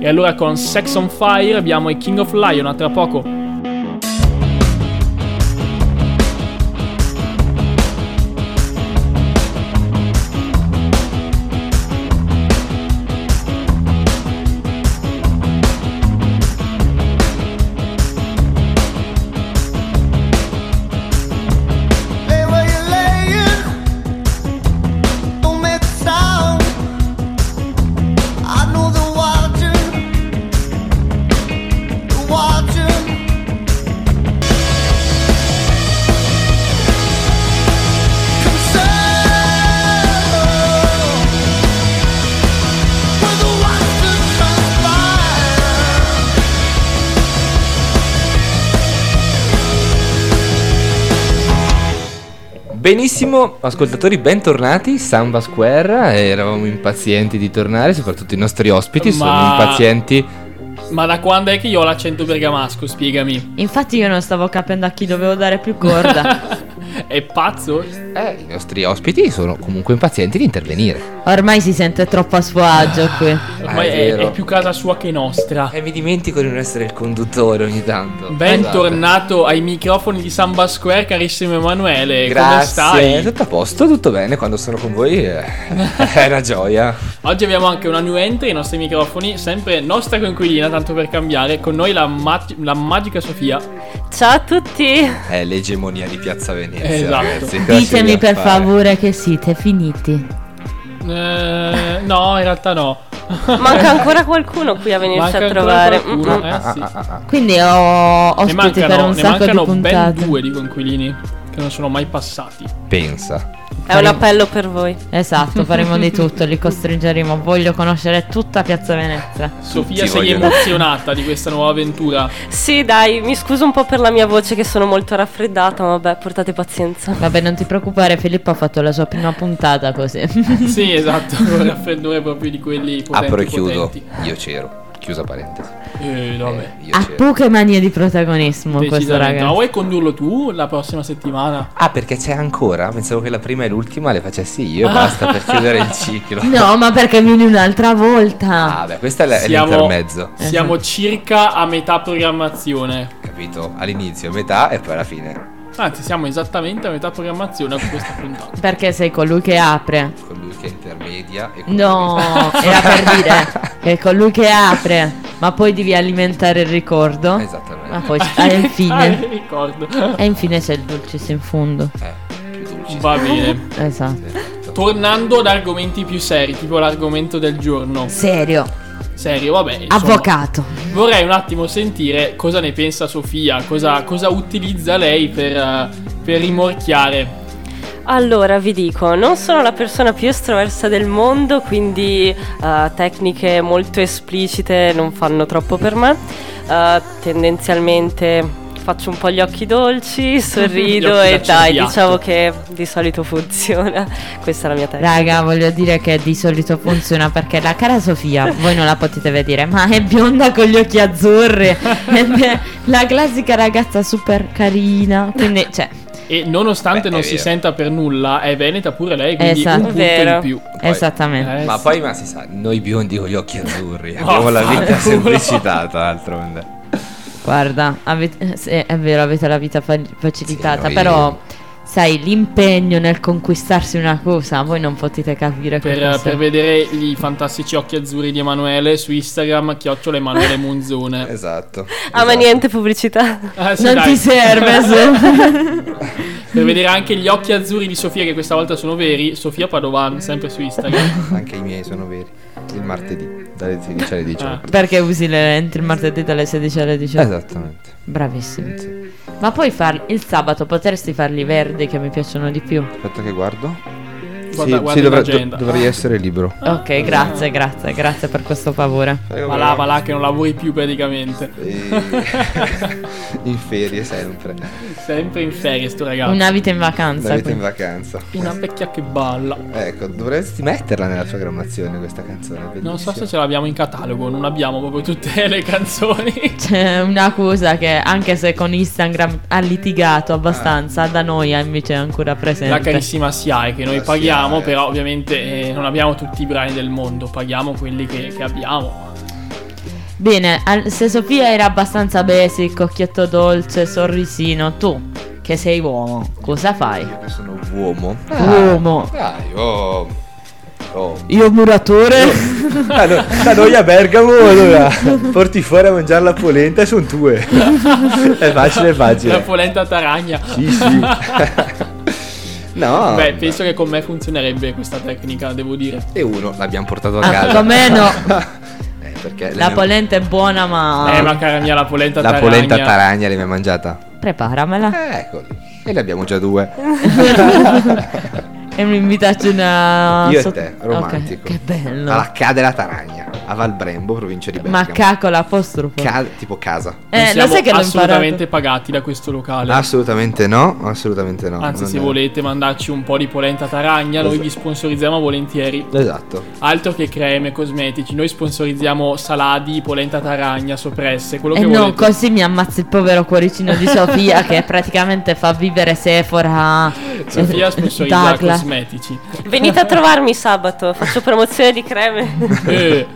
S1: E allora con Sex on Fire abbiamo i King of Lion, a tra poco.
S6: Lay where you're laying. Don't make a sound. I know they're watching. They're watching. Come sail where the watchers come by.
S7: Benissimo, ascoltatori, bentornati. Samba Square. Eravamo impazienti di tornare, soprattutto i nostri ospiti sono
S1: Ma-
S7: impazienti.
S1: Ma da quando è che io ho l'accento bergamasco, spiegami?
S3: Infatti io non stavo capendo a chi dovevo dare più corda.
S1: è pazzo?
S8: eh, i nostri ospiti sono comunque impazienti di intervenire.
S3: Ormai si sente troppo a suo agio qui.
S1: Ormai
S8: Ah, è
S1: è,
S8: vero.
S1: è più casa sua che nostra.
S8: E mi dimentico di non essere il conduttore ogni tanto. Esatto.
S1: Bentornato ai microfoni di Samba Square, carissimo Emanuele. Come
S8: Grazie.
S1: stai?
S8: Tutto a posto, tutto bene. Quando sono con voi eh, è una gioia.
S1: Oggi abbiamo anche una new entry ai nostri microfoni, sempre nostra coinquilina, tanto per cambiare. Con noi la, mag- la magica Sofia.
S3: Ciao a tutti.
S8: È l'egemonia di Piazza Venezia,
S1: Esatto.
S8: ragazzi. cosa ci
S3: Ditemi
S8: viene a
S3: per
S8: fare?
S3: favore che siete finiti.
S1: Eh, no, in realtà no.
S9: Manca ancora qualcuno qui a venirci
S1: Manca
S9: a
S1: ancora
S9: trovare.
S1: qualcuno,
S9: Mm-mm.
S1: eh,
S8: Ah,
S1: sì.
S8: ah, ah, ah.
S3: Quindi ho
S1: Ne
S3: ospiti per
S1: mancano,
S3: un
S1: ne
S3: sacco di
S1: mancano ben
S3: puntate.
S1: due di coinquilini che non sono mai passati.
S8: Pensa.
S9: È un appello per voi.
S3: Esatto, faremo di tutto, li costringeremo. Voglio conoscere tutta Piazza Venezia.
S1: Sofia,
S8: Tutti
S1: sei
S8: vogliono.
S1: emozionata di questa nuova avventura.
S9: Sì, dai, mi scuso un po' per la mia voce che sono molto raffreddata, ma vabbè, portate pazienza.
S3: Vabbè, non ti preoccupare, Filippo ha fatto la sua prima puntata così.
S1: sì, esatto, un raffreddore proprio di quelli potenti.
S8: Apro e chiudo.
S1: potenti.
S8: Io c'ero. Chiusa parentesi.
S1: Eh, vabbè.
S8: Eh, io
S3: Ha
S8: c'ero.
S3: poche manie di protagonismo questo
S1: Decisamente. Ma
S3: ragazzo.
S1: vuoi condurlo tu la prossima settimana?
S8: Ah, perché c'è ancora? Pensavo che la prima e l'ultima le facessi io.
S1: Ah.
S8: Basta per chiudere il ciclo.
S3: No, ma perché vieni un'altra volta?
S8: Ah, beh, questo è l- è
S1: Siamo-
S8: l'intermezzo.
S1: Siamo circa a metà programmazione.
S8: Capito? All'inizio, metà e poi alla fine.
S1: Anzi, siamo esattamente a metà programmazione con questa puntata.
S3: Perché sei colui che apre.
S8: Colui che intermedia e colui
S3: No, era per dire che è colui che apre, ma poi devi alimentare il ricordo.
S8: che- Esattamente.
S3: Ma poi ah, e infine.
S1: ricordo.
S3: E infine c'è il dolcissimo in fondo.
S8: Eh, più dolci.
S1: Va bene.
S3: Esatto.
S8: Esatto.
S1: Tornando ad argomenti più seri, tipo l'argomento del giorno.
S3: Serio,
S1: Serio, vabbè. insomma.
S3: avvocato.
S1: Vorrei un attimo sentire cosa ne pensa Sofia, cosa, cosa utilizza lei per, eh, per rimorchiare.
S9: Allora, vi dico, non sono la persona più estroversa del mondo, quindi eh, tecniche molto esplicite non fanno troppo per me. Eh, tendenzialmente faccio un po' gli occhi dolci,
S1: Gli
S9: sorrido
S1: occhi da
S9: e dai,
S1: cerbiatto.
S9: diciamo che di solito funziona. Questa è la mia tecnica.
S3: Raga, voglio dire che di solito funziona perché la cara Sofia, voi non la potete vedere, ma è bionda con gli occhi azzurri. Ed è la classica ragazza super carina. Quindi, cioè,
S1: E nonostante
S8: Beh,
S1: non
S8: è
S1: si
S8: vero.
S1: senta per nulla, è veneta pure lei, quindi
S3: Esatto.
S1: un punto
S9: Vero.
S1: in più.
S8: Poi-
S3: esattamente.
S1: Eh,
S8: Ma
S1: sì.
S8: poi, ma si sa, noi biondi con gli occhi azzurri abbiamo la vita
S1: vaffanculo.
S8: semplicità, tra l'altronde.
S3: Guarda, avete- eh, sì, è vero, avete la vita fa- facilitata,
S8: Sì, noi-
S3: però sai, l'impegno nel conquistarsi una cosa, voi non potete capire
S1: Per,
S3: cosa
S1: per
S3: sia.
S1: vedere i fantastici occhi azzurri di Emanuele su Instagram, chiocciola Emanuele Munzone.
S8: Esatto.
S9: Ah,
S8: esatto.
S9: ma niente pubblicità.
S1: Ah, sì,
S3: Non
S1: dai.
S3: ti serve. se-
S1: Per vedere anche gli occhi azzurri di Sofia, che questa volta sono veri. Sofia Padovan, sempre su Instagram.
S8: Anche i miei sono veri. Il martedì, dalle 16 alle 18.
S1: Ah,
S3: Perché usi le lenti il martedì dalle 16 alle
S1: Eh.
S3: 18?
S8: Esattamente.
S3: Bravissimo.
S8: Sì. Il
S3: Ma poi far- il sabato potresti farli verdi che mi piacciono di più.
S8: fatto che guardo.
S1: Guarda- guarda in
S8: dovrei-
S1: agenda.
S8: dovrei essere libero.
S3: Ok, grazie, grazie, grazie per questo favore.
S1: Va là, va là, che non lavori più praticamente.
S8: in ferie sempre.
S1: Sempre in ferie, sto ragazzo.
S3: Una vita in vacanza.
S8: La vita in
S3: quindi.
S8: vacanza.
S1: Una vecchia che balla.
S8: Ecco, dovresti metterla nella programmazione questa canzone.
S1: Non so se ce l'abbiamo in catalogo, non abbiamo proprio tutte le canzoni.
S3: C'è una cosa che anche se con Instagram ha litigato abbastanza, da noi è invece ancora presente.
S1: La carissima SIAE che noi
S8: La
S1: paghiamo,
S8: SIAE.
S1: però ovviamente eh, non abbiamo tutti i brani del mondo, paghiamo quelli che, che abbiamo.
S3: Bene, al- se Sofia era abbastanza basic, occhietto dolce, sorrisino, tu che sei uomo, cosa fai?
S8: Io che sono uomo.
S1: Ah.
S3: Uomo.
S8: Dai, oh. oh.
S3: Ah. Io muratore?
S8: Da, no- da noi a Bergamo allora porti fuori a mangiare la polenta e sono tue. è facile, è
S1: La
S8: facile.
S1: polenta taragna.
S8: Sì, sì. Ah. no.
S1: Beh, penso che con me funzionerebbe questa tecnica, devo dire.
S8: E uno l'abbiamo portato a
S3: Ah,
S8: casa.
S3: come no?
S8: Eh, perché le
S3: La
S8: abbiamo-
S3: polenta è buona ma...
S1: Eh, ma cara mia, la polenta
S8: Ah. la
S1: taragna.
S8: polenta taragna l'abbiamo mangiata. ecco
S3: Preparamela.
S8: Eh, eccoli. E ne abbiamo già due.
S3: È un'invitazione
S8: Io e
S3: sot-
S8: te,
S3: Ah, Ok,
S8: romantico.
S3: Che bello.
S8: Alla Cade la Taragna, a Valbrembo, provincia di Bergamo.
S3: Ma cacola apostrofo.
S8: Ca- tipo casa.
S1: Non
S3: eh, lo
S1: siamo
S3: sai che l'ho
S1: assolutamente
S3: imparato.
S1: pagati da questo locale.
S8: Assolutamente no, assolutamente Ah, no.
S1: Anzi,
S8: Non
S1: se
S8: è-
S1: volete mandarci un po' di polenta taragna, noi vi sponsorizziamo volentieri.
S8: Esatto.
S1: Altro che creme, cosmetici, noi sponsorizziamo saladi, polenta taragna, soppresse, quello
S3: E
S1: che
S3: Eh no,
S1: volete.
S3: così mi ammazza il povero cuoricino di Sofia che praticamente fa vivere Sephora.
S1: Sofia
S3: eh,
S1: sponsorizza
S3: Douglas.
S1: cosmetici.
S9: Venite a trovarmi sabato, faccio promozione di creme.
S1: Eh,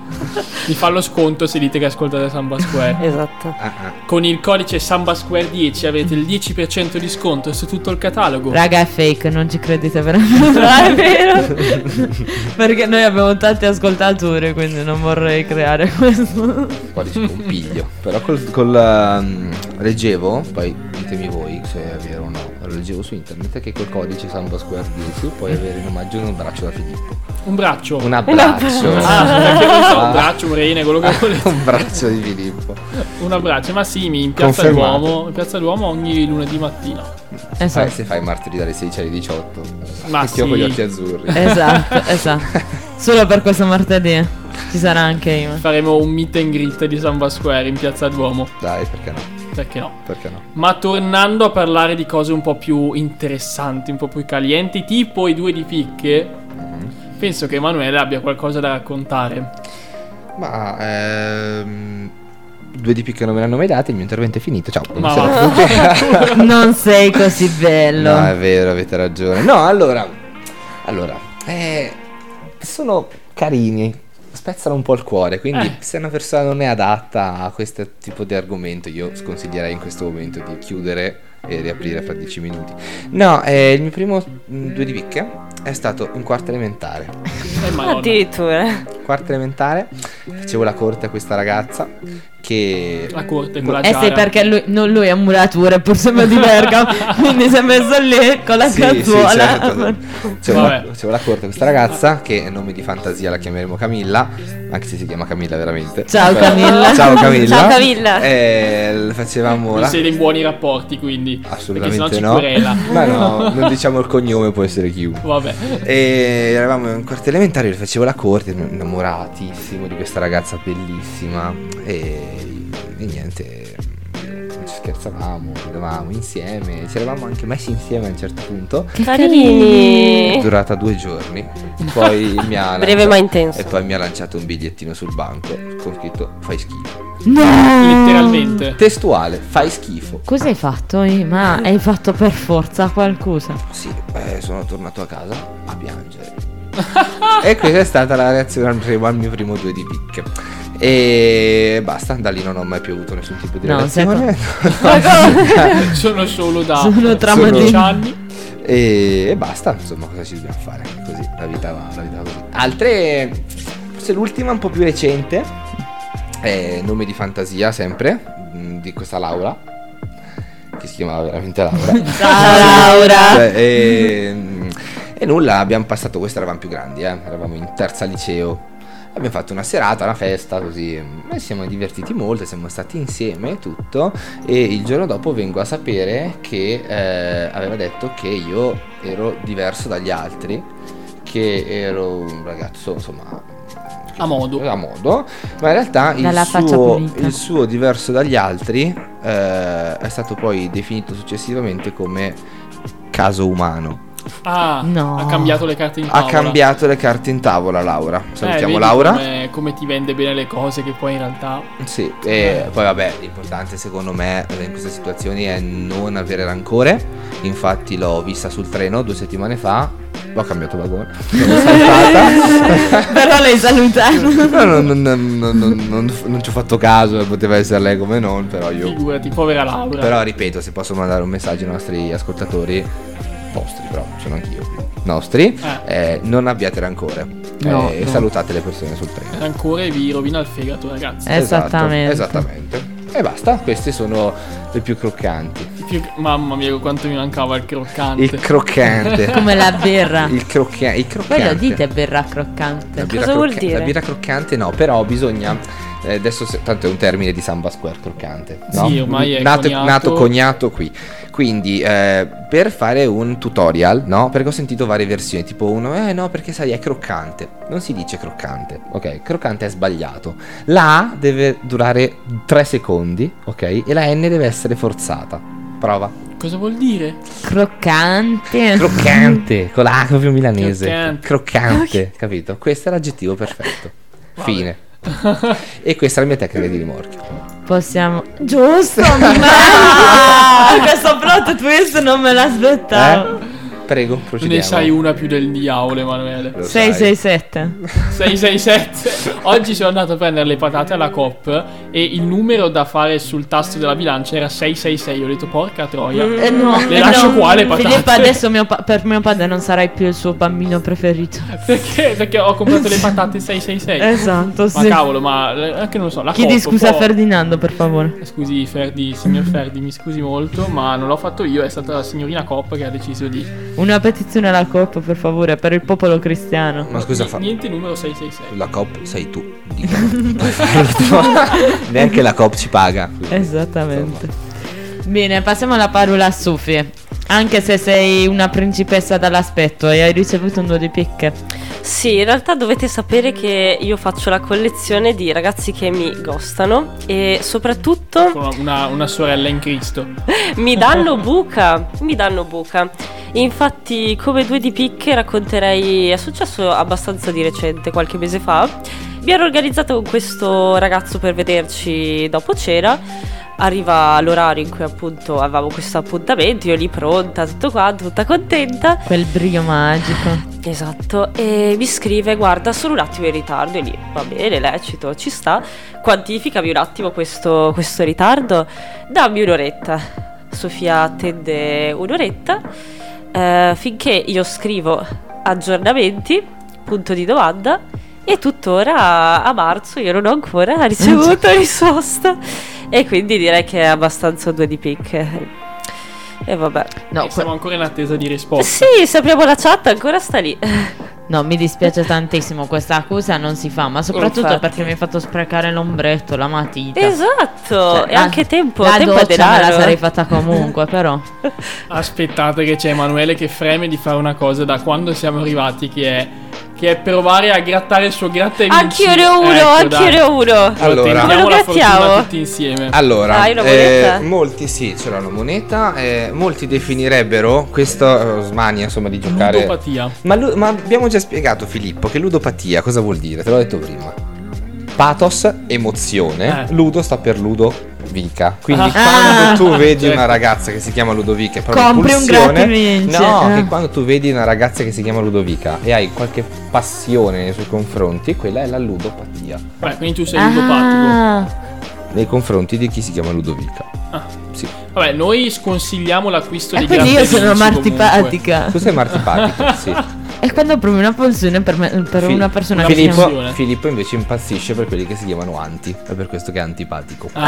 S1: vi fa lo sconto se dite che ascoltate Samba Square.
S9: esatto.
S8: Ah, ah.
S1: Con il codice Samba Square 10 avete il 10% di sconto su tutto il catalogo.
S3: Raga, è fake, non ci credete veramente.
S9: Ah, è vero.
S3: Perché noi abbiamo tanti ascoltatori, quindi non vorrei creare questo.
S8: Quale scompiglio. Però col, col, ehm, leggevo, poi ditemi voi se è vero o no. Leggevo su internet che col codice Samba Square 10 puoi avere in omaggio un braccio da Filippo.
S1: Un braccio.
S8: Un abbraccio.
S1: Ah, perché non so, un
S8: Ah.
S1: braccio, un rene, quello che volete. Esatto.
S8: un braccio di Filippo.
S1: Un abbraccio, ma sì, mi in piazza
S8: Confermato.
S1: Duomo, in piazza Duomo ogni lunedì mattina.
S8: Sai
S3: Esatto.
S8: se fai martedì dalle 16 alle 18.
S1: Ma
S8: Anch'io
S1: sì.
S8: con gli occhi azzurri.
S3: Esatto, esatto. Solo per questo martedì eh. ci sarà anche io.
S1: Faremo un meet and greet di Samba Square in piazza Duomo,
S8: Dai, perché no?
S1: perché no?
S8: Perché no?
S1: Ma tornando a parlare di cose un po' più interessanti, un po' più calienti, tipo i due di picche,
S8: Mm-hmm.
S1: penso che Emanuele abbia qualcosa da raccontare.
S8: Ma ehm, due DP che non me l'hanno mai date, il mio intervento è finito. Ciao.
S1: Ma
S8: buonasera.
S1: va.
S3: Non sei così bello.
S8: No, è vero, avete ragione. No, allora, allora, eh, sono carini, spezzano un po' il cuore, quindi
S1: Eh.
S8: se una persona non è adatta a questo tipo di argomento, io sconsiglierei in questo momento di chiudere e riaprire fra dieci minuti. No, eh, il mio primo mh, due di picche è stato in quarta elementare.
S1: Eh,
S3: Ah,
S1: madonna.
S9: Addirittura.
S8: Quarta elementare, facevo la corte a questa ragazza che...
S1: La corte con la
S3: E
S1: giara.
S3: sei Eh, perché lui, non lui è un muratore, pur sembra di Bergamo, quindi si è messo lì con la
S8: Sì,
S3: cazzuola.
S8: sì, certo. C'era
S1: Vabbè.
S8: una- c'era la corte questa ragazza che a nome di fantasia la chiameremo Camilla, anche se si chiama Camilla veramente.
S3: Ciao,
S8: Però-
S3: Camilla.
S8: Ciao Camilla.
S9: Ciao, Camilla.
S8: Eh, l- facevamo
S1: Non
S8: la...
S1: siete in buoni rapporti, quindi.
S8: Assolutamente
S1: perché sennò
S8: no.
S1: ci querela.
S8: Ma no, non diciamo il cognome, può essere chiunque.
S1: Vabbè.
S8: E eravamo in quarta elementare, le facevo la corte, ero innamoratissimo di questa ragazza bellissima. E, e niente, mm, ci scherzavamo, andavamo insieme, ci eravamo anche messi insieme a un certo punto. È
S9: Carini.
S8: durata due giorni. Poi mi ha
S9: Breve ma intenso.
S8: E poi mi ha lanciato un bigliettino sul banco con scritto fai schifo.
S1: Letteralmente.
S8: Testuale, fai schifo.
S3: Cosa hai fatto? eh? Ma hai fatto per forza qualcosa.
S8: Sì, eh, sono tornato a casa a piangere. e questa è stata la reazione al, primo- al mio primo due di picche. E basta, da lì non ho mai più avuto nessun tipo di
S3: No,
S8: relazione.
S1: Sono solo da
S3: Sono tra
S8: Sono-
S1: 12
S3: modini.
S1: anni.
S8: E, e basta, insomma, cosa ci dobbiamo fare? Così, la vita va, la vita va così. Altre, forse l'ultima un po' più recente, è nome di fantasia sempre, mh, di questa Laura, che si chiamava veramente Laura.
S3: Ciao Laura.
S8: Cioè, e, mh, e nulla, abbiamo passato, questo eravamo più grandi, eh, eravamo in terza liceo. Abbiamo fatto una serata, una festa, così. mh, E siamo divertiti molto, siamo stati insieme e tutto. E il giorno dopo vengo a sapere che eh, aveva detto che io ero diverso dagli altri, che ero un ragazzo, insomma...
S1: A modo.
S8: A modo, ma in realtà il
S3: Dalla faccia
S8: suo,
S3: pulita.
S8: il suo diverso dagli altri eh, è stato poi definito successivamente come caso umano.
S1: Ah,
S3: No.
S1: ha cambiato le carte in
S8: Ha
S1: tavola.
S8: cambiato le carte in tavola Laura.
S1: Eh,
S8: Salutiamo
S1: vedi
S8: Laura.
S1: Come, come ti vende bene le cose che poi in realtà...
S8: Sì, e poi vabbè, l'importante secondo me in queste situazioni è non avere rancore. Infatti l'ho vista sul treno due settimane fa. Ho cambiato vagone. Sono saltata.
S3: Però l'hai salutato.
S8: No, non, non- non- non- non- non ci ho fatto caso, poteva essere lei come non, però io
S1: Figurati, povera Laura.
S8: Però ripeto, se posso mandare un messaggio ai nostri ascoltatori, vostri però, sono anch'io, quindi, nostri, eh, non abbiate rancore Eh,
S3: No,
S8: e
S3: no.
S8: salutate le persone sul treno.
S1: Ancora vi rovina il fegato, ragazzi.
S3: Eh. Esattamente.
S8: Esatto, esattamente. E basta, queste sono le più croccanti.
S1: Più- Mamma mia, quanto mi mancava il croccante.
S8: Il croccante.
S3: Come la birra.
S8: Il, crocca- il croccante.
S3: Voi lo dite birra croccante.
S8: La birra
S9: Cosa vuol
S8: crocca-
S9: dire?
S8: La birra croccante no, però bisogna eh, adesso se- tanto è un termine di samba square croccante. No?
S1: Sì, ormai è
S8: nato,
S1: coniato.
S8: nato cognato qui. Quindi eh, per fare un tutorial, no? Perché ho sentito varie versioni, tipo uno, eh no, perché sai, è croccante. Non si dice croccante, ok? Croccante è sbagliato. La A deve durare 3 secondi, ok? E la N deve essere forzata. Prova.
S1: Cosa vuol dire?
S3: Croccante.
S8: Croccante, con la A proprio milanese.
S1: Mm. Croccante.
S8: Croccante, capito? Questo è l'aggettivo perfetto. Fine. e questa è la mia tecnica di rimorchio.
S3: Possiamo. Giusto, ma questo plot twist non me l'aspettavo.
S8: Eh? Prego,
S1: Tu ne
S8: procediamo.
S1: sai una più del diavolo, Emanuele.
S8: Lo sai.
S3: 667.
S1: 667. Oggi sono andato a prendere le patate alla COP e il numero da fare sul tasto della bilancia era 666. Ho detto, porca troia.
S3: Eh no,
S1: Le
S3: eh
S1: lascio
S3: no.
S1: qua le patate.
S3: Filippo, adesso mio pa- per mio padre non sarai più il suo bambino preferito.
S1: Perché? Perché ho comprato le patate 666.
S3: Esatto,
S1: Ma
S3: sì.
S1: cavolo, ma eh, anche non lo so. La
S3: Chiedi
S1: Coop
S3: scusa a
S1: può- Eh,
S3: Ferdinando, per favore.
S1: Scusi, Ferdi, signor Ferdi, mi scusi molto, ma non l'ho fatto io. È stata la signorina Coop che ha deciso di.
S3: Una petizione alla COP, per favore, per il popolo cristiano.
S8: Ma scusa,
S1: Ni-
S8: fa...
S1: Niente numero 666.
S8: la COP sei tu. Dico. Neanche la COP ci paga.
S3: Esattamente. Bene, passiamo alla parola a Sufi. Anche se sei una principessa dall'aspetto e hai ricevuto un due di picche.
S9: Sì, in realtà dovete sapere che io faccio la collezione di ragazzi che mi gostano e soprattutto
S1: Sono Una, una sorella in Cristo.
S9: mi danno buca, mi danno buca. Infatti, come due di picche racconterei, è successo abbastanza di recente, qualche mese fa. Mi ero organizzata con questo ragazzo per vederci dopo cena. Arriva l'orario in cui appunto avevamo questo appuntamento, io lì pronta, tutto quanto, tutta contenta.
S3: Quel brio magico.
S9: Esatto, e mi scrive, guarda, sono un attimo in ritardo, e lì va bene, lecito, ci sta, quantificami un attimo questo, questo ritardo, dammi un'oretta. Sofia attende un'oretta, eh, finché io scrivo aggiornamenti, punto di domanda, e tuttora a marzo io non ho ancora ricevuto risposta, e quindi direi che è abbastanza un due di picche. E vabbè.
S3: No,
S1: e siamo ancora in attesa di risposta.
S9: Sì, sappiamo la chat, ancora sta lì.
S3: No, mi dispiace tantissimo, questa accusa non si fa, ma soprattutto
S9: Infatti.
S3: perché mi hai fatto sprecare l'ombretto, la matita.
S9: Esatto,
S3: Cioè,
S9: e
S3: la-
S9: anche tempo,
S3: La
S9: tempo è
S3: doccia me la
S9: denaro.
S3: sarei fatta comunque, però.
S1: Aspettate che c'è Emanuele che freme di fare una cosa da quando siamo arrivati che è, che è provare a grattare il suo gratta e vinci.
S9: Anch'io ne ho uno,
S1: Ecco,
S9: anch'io
S1: dai.
S9: ne ho uno.
S8: Allora.
S1: Allora,
S9: Come lo
S1: la
S9: grattiamo?
S1: fortuna tutti insieme.
S8: Allora, eh,
S9: Hai la moneta?
S8: molti sì, ce l'hanno moneta. eh, molti definirebbero questa eh, smania insomma di giocare.
S1: Ludopatia.
S8: Ma, lu- ma abbiamo già spiegato, Filippo, che ludopatia cosa vuol dire? Te l'ho detto prima. Pathos, emozione.
S1: Eh.
S8: Ludo sta per Ludovica. Quindi
S1: Ah.
S8: quando tu vedi
S1: Certo.
S8: una ragazza che si chiama Ludovica e provi
S3: Ecco. Compri un
S8: pulsione,
S3: gratta e vinci.
S8: No,
S3: Ah.
S8: che quando tu vedi una ragazza che si chiama Ludovica e hai qualche passione nei suoi confronti, quella è la ludopatia.
S1: Beh, quindi tu sei ludopatico.
S3: Ah,
S8: Nei confronti di chi si chiama Ludovica.
S1: Ah.
S8: Sì.
S1: Vabbè, noi sconsigliamo l'acquisto
S9: Eh,
S3: e
S1: di
S3: Eh, quindi
S1: gratta
S3: io
S1: e
S3: sono
S1: vinci comunque.
S3: martipatica.
S8: Tu sei martipatico, sì.
S3: E quando provi una pulsione per, me- per
S8: Fi-
S3: una persona che si chiama-
S8: Filippo,
S1: passione.
S8: Filippo invece impazzisce per quelli che si chiamano anti. È per questo che è antipatico.
S9: Ah.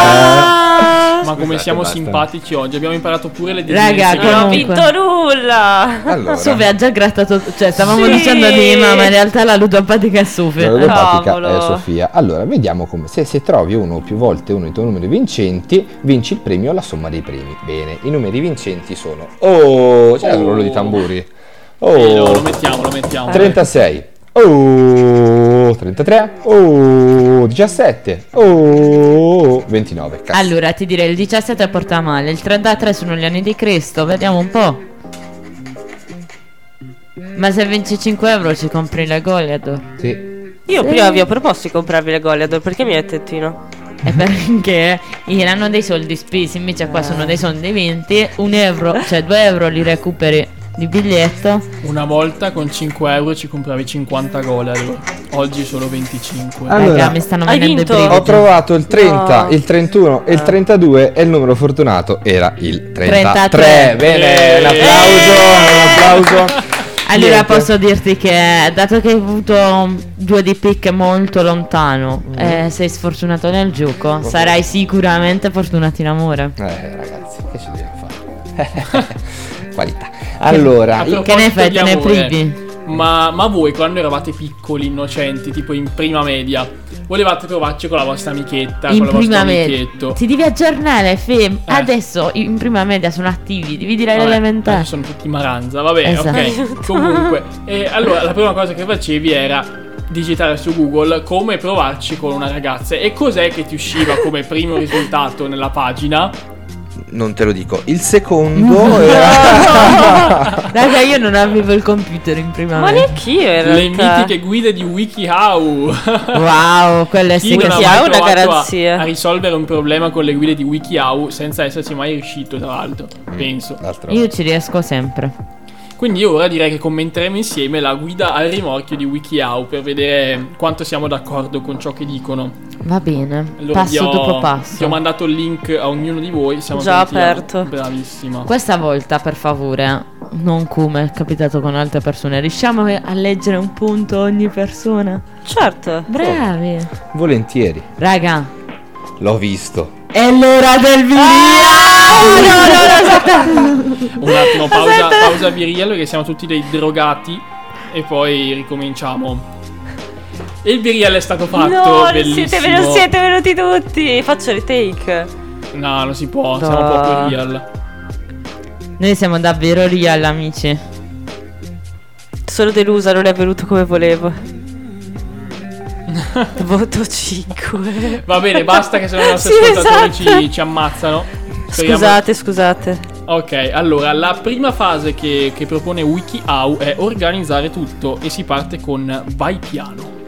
S3: Ah!
S1: Ma come
S8: Scusate,
S1: siamo
S8: basta.
S1: simpatici oggi, abbiamo imparato pure le Ah,
S3: Raga,
S1: desinenze.
S9: Non ho
S3: comunque.
S9: vinto nulla.
S8: Allora,
S3: Sufi ha già grattato, cioè stavamo
S9: Sì.
S3: dicendo prima, ma in realtà la ludopatica è Sufi.
S8: la ludopatica
S9: Cavolo.
S8: è Sofia. Allora, vediamo come se, se trovi uno o più volte uno dei tuoi numeri vincenti, vinci il premio o la somma dei premi. Bene, i numeri vincenti sono Oh, c'è il ruolo di tamburi.
S1: Sì, no, lo
S8: Oh,
S1: mettiamo, lo mettiamo.
S8: 36. Oh, 33. Oh, 17. Oh, 29. Cazzo.
S3: Allora, ti direi il 17 porta male, il 33 sono gli anni di Cristo, vediamo un po'. Ma se vinci 5 euro ci compri la Goliath.
S8: Sì.
S9: Io prima vi ho proposto di comprarvi le Goliath, perché mi hai detto di no?
S3: E perché erano dei soldi spesi, invece qua sono dei soldi vinti, un euro, cioè 2 euro li recuperi di biglietto.
S1: Una volta con 5 euro ci compravi 50 gol, allora. oggi solo 25.
S8: Ah, Allora,
S3: Raga, mi stanno
S9: hai
S3: venendo i
S9: vinto?
S3: brividi.
S8: Ho trovato il 30,
S9: No.
S8: il 31 e il 32 e il numero fortunato era il 33.
S3: 33.
S8: Bene, un applauso, un applauso.
S3: Allora
S8: Niente.
S3: posso dirti che dato che hai avuto due di pick molto lontano, eh, sei sfortunato nel gioco, sarai sicuramente fortunato in amore.
S8: Eh, ragazzi, che ci dobbiamo fare? Qualità. Allora,
S1: A
S8: io-
S1: proposito
S3: Che ne fai?
S1: di
S3: Te ne
S1: amore,
S3: privi?
S1: Ma, ma voi quando eravate piccoli, innocenti, tipo in prima media, volevate provarci con la vostra amichetta, con
S3: in
S1: il vostro
S3: prima media
S1: amichetto?
S3: ti devi aggiornare Fem
S1: Eh.
S3: adesso in prima media sono attivi devi dire
S1: Vabbè, adesso
S3: l'elementare
S1: sono tutti maranza, va bene,
S3: Esatto.
S1: ok. Comunque, eh, allora la prima cosa che facevi era digitare su Google come provarci con una ragazza e cos'è che ti usciva come primo risultato nella pagina?
S8: Non te lo dico. Il secondo era...
S3: raga io non avevo il computer in prima
S9: Ma
S3: media
S9: neanche io in
S1: Le
S9: realtà.
S1: mitiche guide di WikiHow.
S3: wow quella è
S1: Chi
S3: sì
S1: non
S3: che
S9: non
S1: ha
S9: sia
S1: mai
S9: una
S1: provato a-
S9: garanzia.
S1: A, risolvere un problema con le guide di WikiHow senza esserci mai riuscito, tra l'altro, penso.
S8: D'altro.
S3: io ci riesco sempre
S1: Quindi io ora direi che commenteremo insieme la guida al rimorchio di WikiHow per vedere quanto siamo d'accordo con ciò che dicono.
S3: va bene
S1: Allora, vi
S3: passo
S1: ho-
S3: dopo
S1: Vi ho
S3: passo
S1: mandato il link a ognuno di voi. Siamo
S9: Già
S1: venuti a-
S9: aperto.
S1: Bravissima.
S3: questa volta per favore non come è capitato con altre persone riusciamo a leggere un punto ogni persona
S9: Certo.
S3: bravi
S8: Volentieri.
S3: raga
S8: L'ho visto.
S3: È l'ora del video! Ah,
S1: Un attimo, pausa, pausa viriello che siamo tutti dei drogati e poi ricominciamo. E il viriello è stato fatto,
S9: no, non
S1: bellissimo.
S9: siete, non siete venuti tutti. Faccio retake.
S1: No, non si può,
S9: No.
S1: siamo poco real.
S3: Noi siamo davvero real, amici.
S9: Sono delusa, non è venuto come volevo. Voto 5.
S1: Va bene, basta che se no i nostri
S9: Sì,
S1: ascoltatori
S9: esatto.
S1: ci, ci ammazzano. Speriamo-
S9: Scusate, scusate.
S1: Ok, allora la prima fase che, che propone WikiHow è organizzare tutto e si parte con vai piano.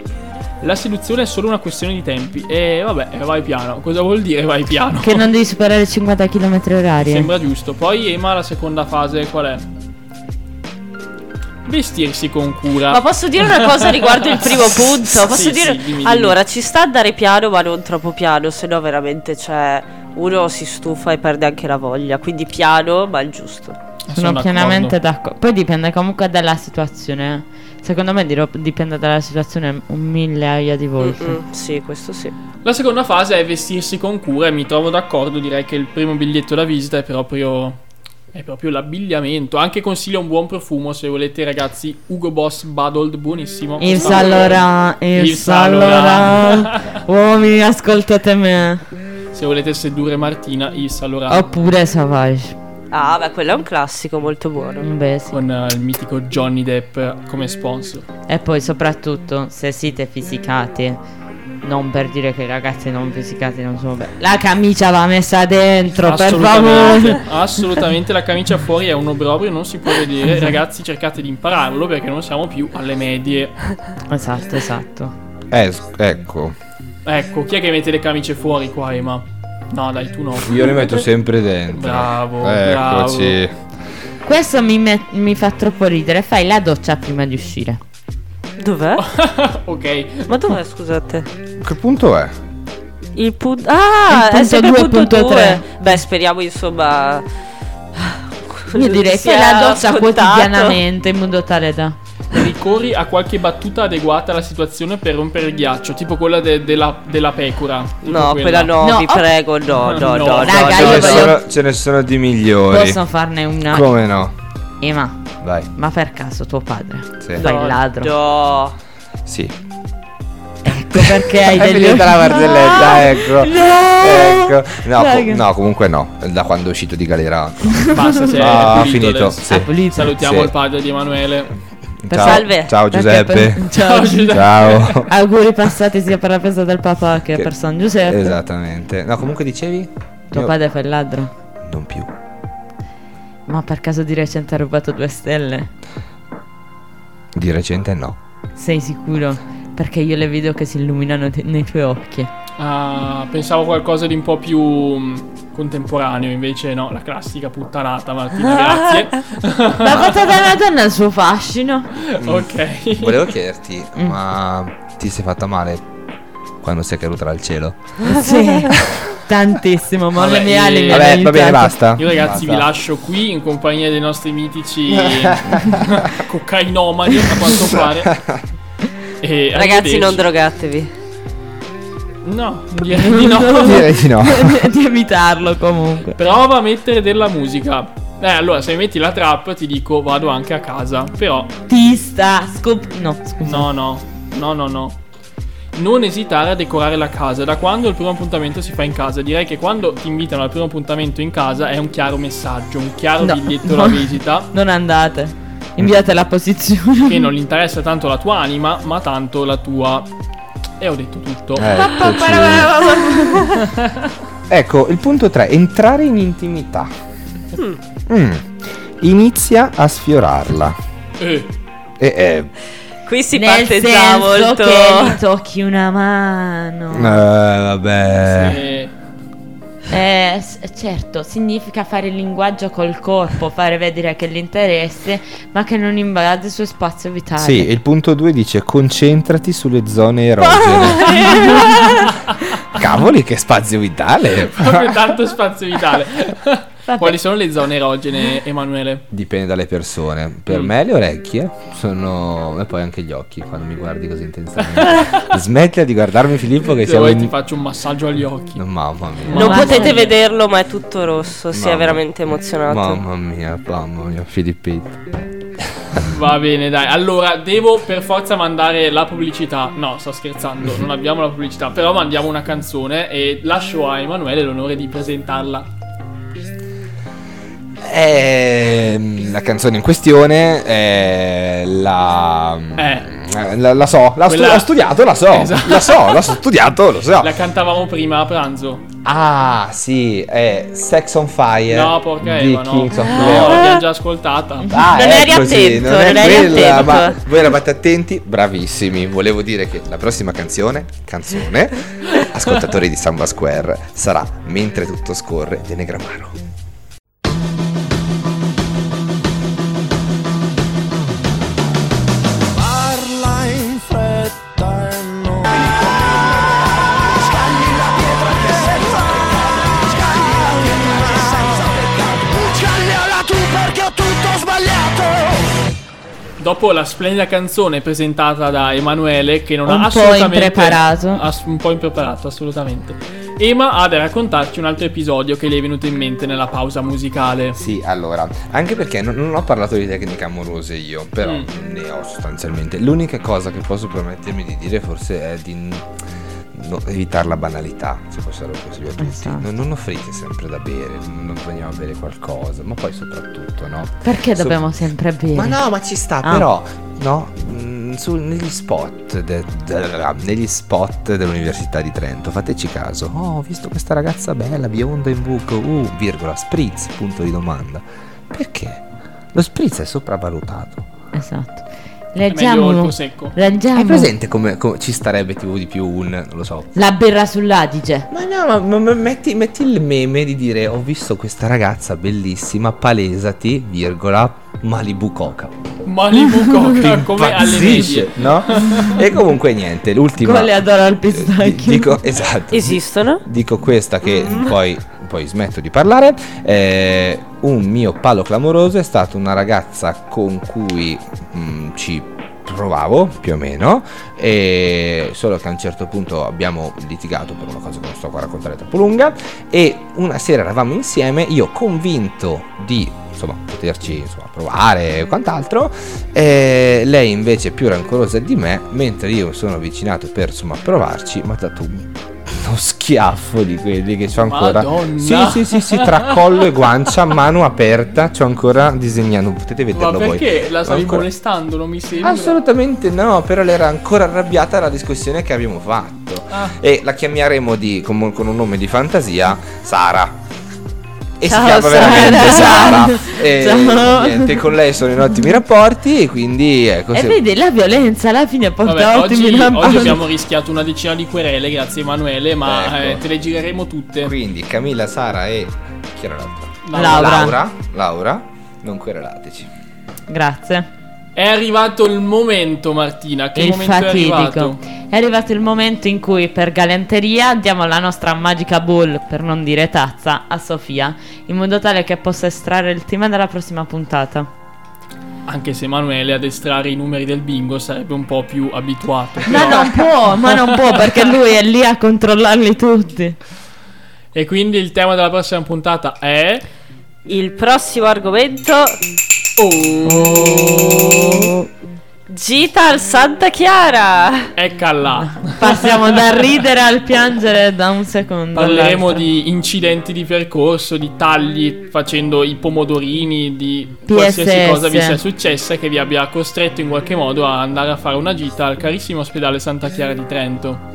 S1: La seduzione è solo una questione di tempi e vabbè, vai piano. Cosa vuol dire vai piano?
S3: Che non devi superare i 50 km orari.
S1: Sembra giusto. Poi Ema, la seconda fase qual è? Vestirsi con cura.
S9: Ma posso dire una cosa riguardo il primo punto? Posso
S1: Ah. Sì,
S9: dire.
S1: sì, dimmi, dimmi.
S9: Allora, ci sta a andare piano, ma non troppo piano, se no veramente cioè, uno si stufa e perde anche la voglia. Quindi piano, ma il giusto.
S3: Sono,
S1: d'accordo.
S3: pienamente d'accordo. Poi dipende comunque dalla situazione. eh. Secondo me dirò- dipende dalla situazione un migliaia di volte.
S9: Mm, sì, questo sì.
S1: La seconda fase è vestirsi con cura e mi trovo d'accordo, direi che il primo biglietto da visita è proprio, è proprio l'abbigliamento. Anche consiglio un buon profumo se volete ragazzi, Ugo Boss Badold, buonissimo.
S3: Il
S1: Ah,
S3: Salora, il
S1: Yves Saint Laurent.
S3: Salora. Uomini, ascoltate me.
S1: Se volete sedurre Martina, il
S3: Ah.
S1: Salora
S3: Oppure Savage.
S9: Ah, beh, quello è un classico molto buono.
S3: Beh, sì.
S1: con eh, il mitico Johnny Depp come sponsor.
S3: E poi soprattutto se siete fisicati, non per dire che i ragazzi non fisicati non sono belli. La camicia va messa dentro, per favore.
S1: Assolutamente, assolutamente la camicia fuori è un obbrobrio, non si può vedere. Ragazzi, cercate di impararlo perché non siamo più alle medie.
S3: Esatto, esatto.
S8: Eh, s- ecco.
S1: Ecco, chi è che mette le camicie fuori qua, Ema? No, dai, tu no.
S8: Io le metto sempre dentro.
S1: Bravo,
S8: Eccoci.
S3: Questo mi, met- mi fa troppo ridere. Fai la doccia prima di uscire.
S9: Dov'è?
S1: ok,
S9: Ma dov'è, scusate?
S8: Che punto è?
S9: Il punto. Ah,
S3: Il punto
S9: è sempre
S3: due,
S9: punto
S3: punto
S9: 2.
S3: tre.
S9: Beh, speriamo, insomma.
S3: Io direi fai
S9: sia
S3: la doccia
S9: ascoltato.
S3: quotidianamente in modo tale da.
S1: ricorri a qualche battuta adeguata alla situazione per rompere il ghiaccio, tipo quella de- della, della pecora. Tipo
S9: No, quella no,
S3: No,
S9: vi
S3: oh.
S9: prego, no, no, no,
S1: No,
S9: no,
S3: raga, Ah,
S8: ce,
S3: io
S9: no,
S8: ne
S9: no.
S3: voglio-
S8: sono, ce ne sono di migliori.
S3: Posso farne una.
S8: Come no?
S3: Ema,
S8: Vai.
S3: ma per caso tuo padre
S8: Sì.
S3: fai
S9: No,
S3: il ladro?
S9: no.
S8: Sì.
S3: Ecco perché hai Ah!
S8: è
S3: degli.
S8: finita la
S3: eh.
S8: barzelletta, ecco.
S3: No!
S8: Ecco. No, co-
S3: Raga.
S8: no, comunque no. Da quando è uscito di galera.
S1: Basta, si è
S8: Ah,
S1: pulito
S8: finito.
S1: adesso.
S8: Sì.
S3: Ah, pulito.
S1: Salutiamo
S8: Sì.
S1: il padre di Emanuele.
S3: Per-
S8: Ciao.
S9: salve.
S8: Ciao
S3: Perché per-
S8: Giuseppe.
S3: Ciao.
S1: Giuseppe.
S8: Ciao.
S3: Auguri passati sia per la festa del papà che,
S8: Che-
S3: per San Giuseppe.
S8: Esattamente. No, comunque dicevi?
S3: Certo. Tuo
S8: Io-
S3: padre fa il ladro.
S8: Non più.
S3: Ma per caso di recente ha rubato due stelle?
S8: Di recente no.
S3: Sei sicuro? Perché io le vedo che si illuminano te- nei tuoi occhi.
S1: Ah, pensavo qualcosa di un po' più mh, contemporaneo, invece no, la classica puttanata, Martina, grazie.
S3: La porta della donna ha il suo fascino.
S1: ok.
S8: Volevo chiederti,
S3: Mm.
S8: ma ti sei fatta male quando sei caduta dal cielo?
S3: Sì. Tantissimo, ma
S1: Vabbè,
S3: le mie
S1: eh,
S3: ali mi hanno
S8: Vabbè, va bene,
S3: aiutato.
S8: basta.
S1: Io ragazzi
S8: Basta.
S1: vi lascio qui in compagnia dei nostri mitici cocainomani a quanto pare. E
S9: Ragazzi, non
S1: arrivederci.
S9: drogatevi.
S1: No, direi di no.
S8: Direi di no.
S3: di evitarlo comunque.
S1: Prova a mettere della musica. Eh, allora, se mi metti la trap ti dico vado anche a casa. Però,
S3: Ti sta scop- No, scusa.
S1: no, no, no, no, no. Non esitare a decorare la casa. Da quando il primo appuntamento si fa in casa? Direi che quando ti invitano al primo appuntamento in casa è un chiaro messaggio, un chiaro
S3: No.
S1: biglietto alla
S3: No.
S1: visita.
S3: Non andate. Inviate la posizione.
S1: Che non gli interessa tanto la tua anima, ma tanto la tua. E ho detto tutto.
S8: Eh. Eccoci. Ecco, il punto 3, entrare in intimità.
S1: Hmm.
S8: Mm. Inizia a sfiorarla.
S1: Eh,
S8: E, eh,
S9: Qui si
S3: Nel
S9: parte già
S3: senso
S9: molto.
S3: che mi tocchi una mano.
S8: eh, vabbè.
S1: eh,
S3: Eh, s- certo, significa fare il linguaggio col corpo, fare vedere che l'interesse, ma che non invade il suo spazio vitale.
S8: Sì, il punto 2 dice concentrati sulle zone erogene. Cavoli, che spazio vitale!
S1: proprio tanto spazio vitale.
S3: Vabbè.
S1: Quali sono le zone erogene, Emanuele?
S8: Dipende dalle persone. Per
S1: Mm.
S8: me le orecchie sono... e poi anche gli occhi quando mi guardi così intensamente. Smettila di guardarmi Filippo che
S1: Se
S8: siamo
S1: vuoi ti
S8: in...
S1: faccio un massaggio agli occhi.
S8: Mamma mia.
S9: Non
S3: Mamma
S9: potete
S3: mia.
S9: vederlo, ma è tutto rosso. Si è
S8: Mamma-
S9: veramente emozionato.
S8: Mamma mia, mamma mia, Filippetto.
S1: Va bene, dai. Allora, devo per forza mandare la pubblicità. No, sto scherzando, non abbiamo la pubblicità. Però mandiamo una canzone e lascio a Emanuele l'onore di presentarla.
S8: Ehm, la canzone in questione è la...
S1: Eh.
S8: La, la so, la stu-
S1: Quella-
S8: ho studiato, la so,
S1: Esatto.
S8: la so, l'ho studiato, lo so.
S1: La cantavamo prima a pranzo.
S8: Ah, sì, è Sex on Fire
S1: No, porca
S8: di
S1: Eva, no.
S8: Kings of
S1: No,
S8: Leon.
S1: l'abbiamo già ascoltata.
S8: Ah,
S9: Non eri
S8: ecco, sì,
S9: attento,
S8: non è
S9: non eri
S8: quella,
S9: attento.
S8: ma voi eravate attenti, bravissimi. Volevo dire che la prossima canzone, canzone, ascoltatori di Samba Square, sarà Mentre tutto scorre di Negramaro.
S10: Parla in fretta e non
S1: Dopo la splendida canzone presentata da Emanuele, che non
S3: Un
S1: ha
S3: po'
S1: assolutamente.
S3: impreparato.
S1: ass- un po' impreparato, assolutamente. Ema ha da raccontarci un altro episodio che le è venuto in mente nella pausa musicale.
S8: Sì, allora, anche perché non, non ho parlato di tecniche amorose io, però
S1: Mm.
S8: ne ho sostanzialmente. L'unica cosa che posso permettermi di dire forse è di n- no- evitare la banalità, se posso darlo consiglio a tutti.
S3: Esatto.
S8: Non, non offrite sempre da bere, non vogliamo bere qualcosa, ma poi soprattutto, no?
S3: Perché
S8: So-
S3: dobbiamo sempre bere?
S8: Ma no, ma ci sta,
S3: Ah.
S8: però, no? Mm, su- negli spot de- de- ah, negli spot dell'università di Trento fateci caso oh ho visto questa ragazza bella bionda in buco uh virgola spritz punto di domanda perché lo spritz è sopravvalutato
S3: Esatto.
S1: È meglio il
S3: Leggiamo.
S1: prosecco.
S3: Leggiamo.
S8: hai presente come, come ci starebbe tipo di più un non lo so
S3: La birra sull'Adige.
S8: ma no ma, ma- ma metti, metti il meme di dire ho visto questa ragazza bellissima palesati virgola Malibu Coca
S1: Malibu Coca come alle medie.
S8: Impazzisce, no? e comunque niente, l'ultima.
S3: Come le adoro
S8: Eh,
S3: al
S8: di-
S3: pistacchio.
S8: Dico, esatto.
S9: Esistono?
S8: Dico questa che poi, poi smetto di parlare. Eh, un mio palo clamoroso è stata una ragazza con cui mm, ci provavo più o meno e solo che a un certo punto abbiamo litigato per una cosa che non sto qua a raccontare è troppo lunga e una sera eravamo insieme io convinto di insomma poterci insomma, provare e quant'altro e lei invece più rancorosa di me mentre io sono avvicinato per insomma provarci mi ha dato un- uno schiaffo di quelli che c'ho ancora
S1: Madonna.
S8: sì sì sì sì tra collo e guancia mano aperta c'ho ancora disegnando potete
S1: Ma
S8: vederlo voi
S1: perché la
S8: Ho
S1: stavi
S8: ancora-
S1: molestando? Non mi sembra.
S8: Assolutamente no, però lei era ancora arrabbiata alla discussione che abbiamo fatto.
S1: Ah.
S8: E la chiameremo di- con, con un nome di fantasia Sara. E
S3: Ciao,
S8: si chiama
S3: Sara.
S8: veramente Sara. E
S3: Ciao.
S8: niente, con lei sono in ottimi rapporti e quindi ecco.
S3: E
S8: se-
S3: vedi, la violenza alla fine porta
S1: Vabbè,
S3: ottimi
S1: oggi, oggi
S3: lampanti.
S1: abbiamo rischiato una decina di querele, grazie Emanuele, ma
S8: Ecco.
S1: eh, te le gireremo tutte.
S8: Quindi Camilla, Sara e. Chi era l'altra?
S3: Laura.
S8: Laura. Laura, non querelateci.
S3: Grazie.
S1: È arrivato il momento, Martina. Che
S3: il
S1: momento è
S3: fatidico.
S1: arrivato?
S3: È arrivato il momento in cui per galanteria diamo la nostra magica ball, per non dire tazza, a Sofia, in modo tale che possa estrarre il tema dalla prossima puntata.
S1: Anche se Emanuele ad estrarre i numeri del bingo sarebbe un po' più abituato.
S3: Ma
S1: però-
S3: non può, ma non può perché lui è lì a controllarli tutti.
S1: E quindi il tema della prossima puntata è.
S9: Il prossimo argomento.
S3: Oh.
S9: Gita al Santa Chiara.
S1: Ecca là.
S3: Passiamo dal ridere al piangere da un secondo.
S1: Parleremo
S3: all'altro.
S1: di incidenti di percorso, di tagli facendo i pomodorini, di
S3: PSS.
S1: qualsiasi cosa vi sia successa che vi abbia costretto in qualche modo a andare a fare una gita al carissimo ospedale Santa Chiara di Trento,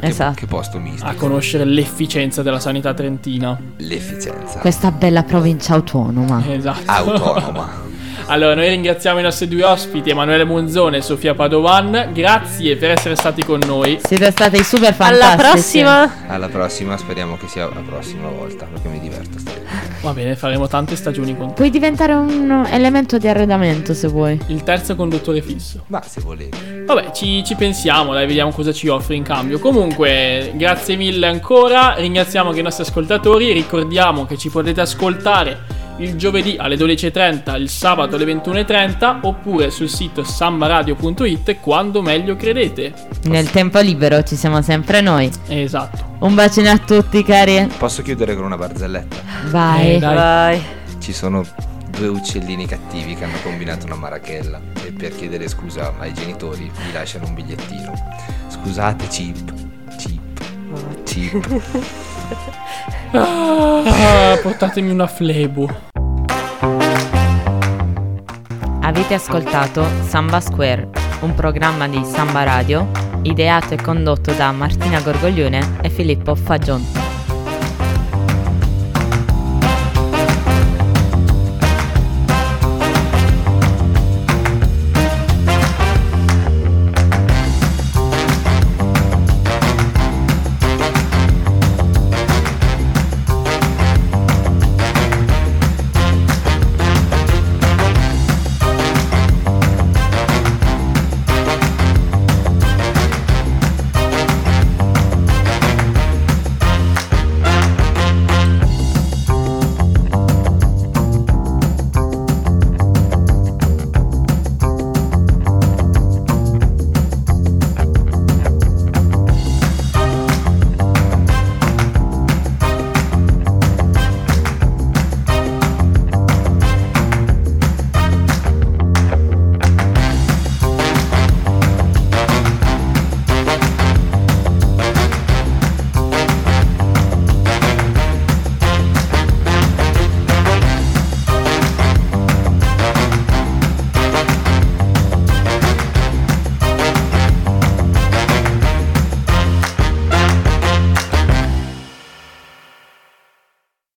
S3: Esatto.
S8: Che posto misto.
S1: a conoscere l'efficienza della sanità trentina.
S8: L'efficienza.
S3: Questa bella provincia autonoma.
S1: Esatto.
S8: Autonoma.
S1: Allora, noi ringraziamo i nostri due ospiti, Emanuele Monzone e Sofia Padovan. Grazie per essere stati con noi.
S3: Siete stati super
S9: Alla
S3: fantastici.
S9: prossima.
S8: Alla prossima, speriamo che sia la prossima volta, perché mi diverto. stasera.
S1: Va bene, faremo tante stagioni con
S3: Puoi diventare un elemento di arredamento se vuoi.
S1: il terzo conduttore fisso.
S8: Ma se volete.
S1: Vabbè, ci, ci pensiamo, dai, vediamo cosa ci offre in cambio. Comunque, grazie mille ancora, ringraziamo anche i nostri ascoltatori, ricordiamo che ci potete ascoltare il giovedì alle 12.30, il sabato alle 21.30 oppure sul sito sambaradio.it quando meglio credete.
S3: Nel tempo libero ci siamo sempre noi.
S1: Esatto.
S3: Un bacino a tutti, cari.
S8: Posso chiudere con una barzelletta?
S3: Vai.
S1: Eh, dai.
S9: Vai.
S8: Ci sono due uccellini cattivi che hanno combinato una marachella e per chiedere scusa ai genitori gli lasciano un bigliettino. Scusate, Chip. Chip. Chip.
S1: Ah, portatemi una flebo.
S3: Avete ascoltato Samba Square, un programma di Samba Radio ideato e condotto da Martina Gorgoglione e Filippo Fagion.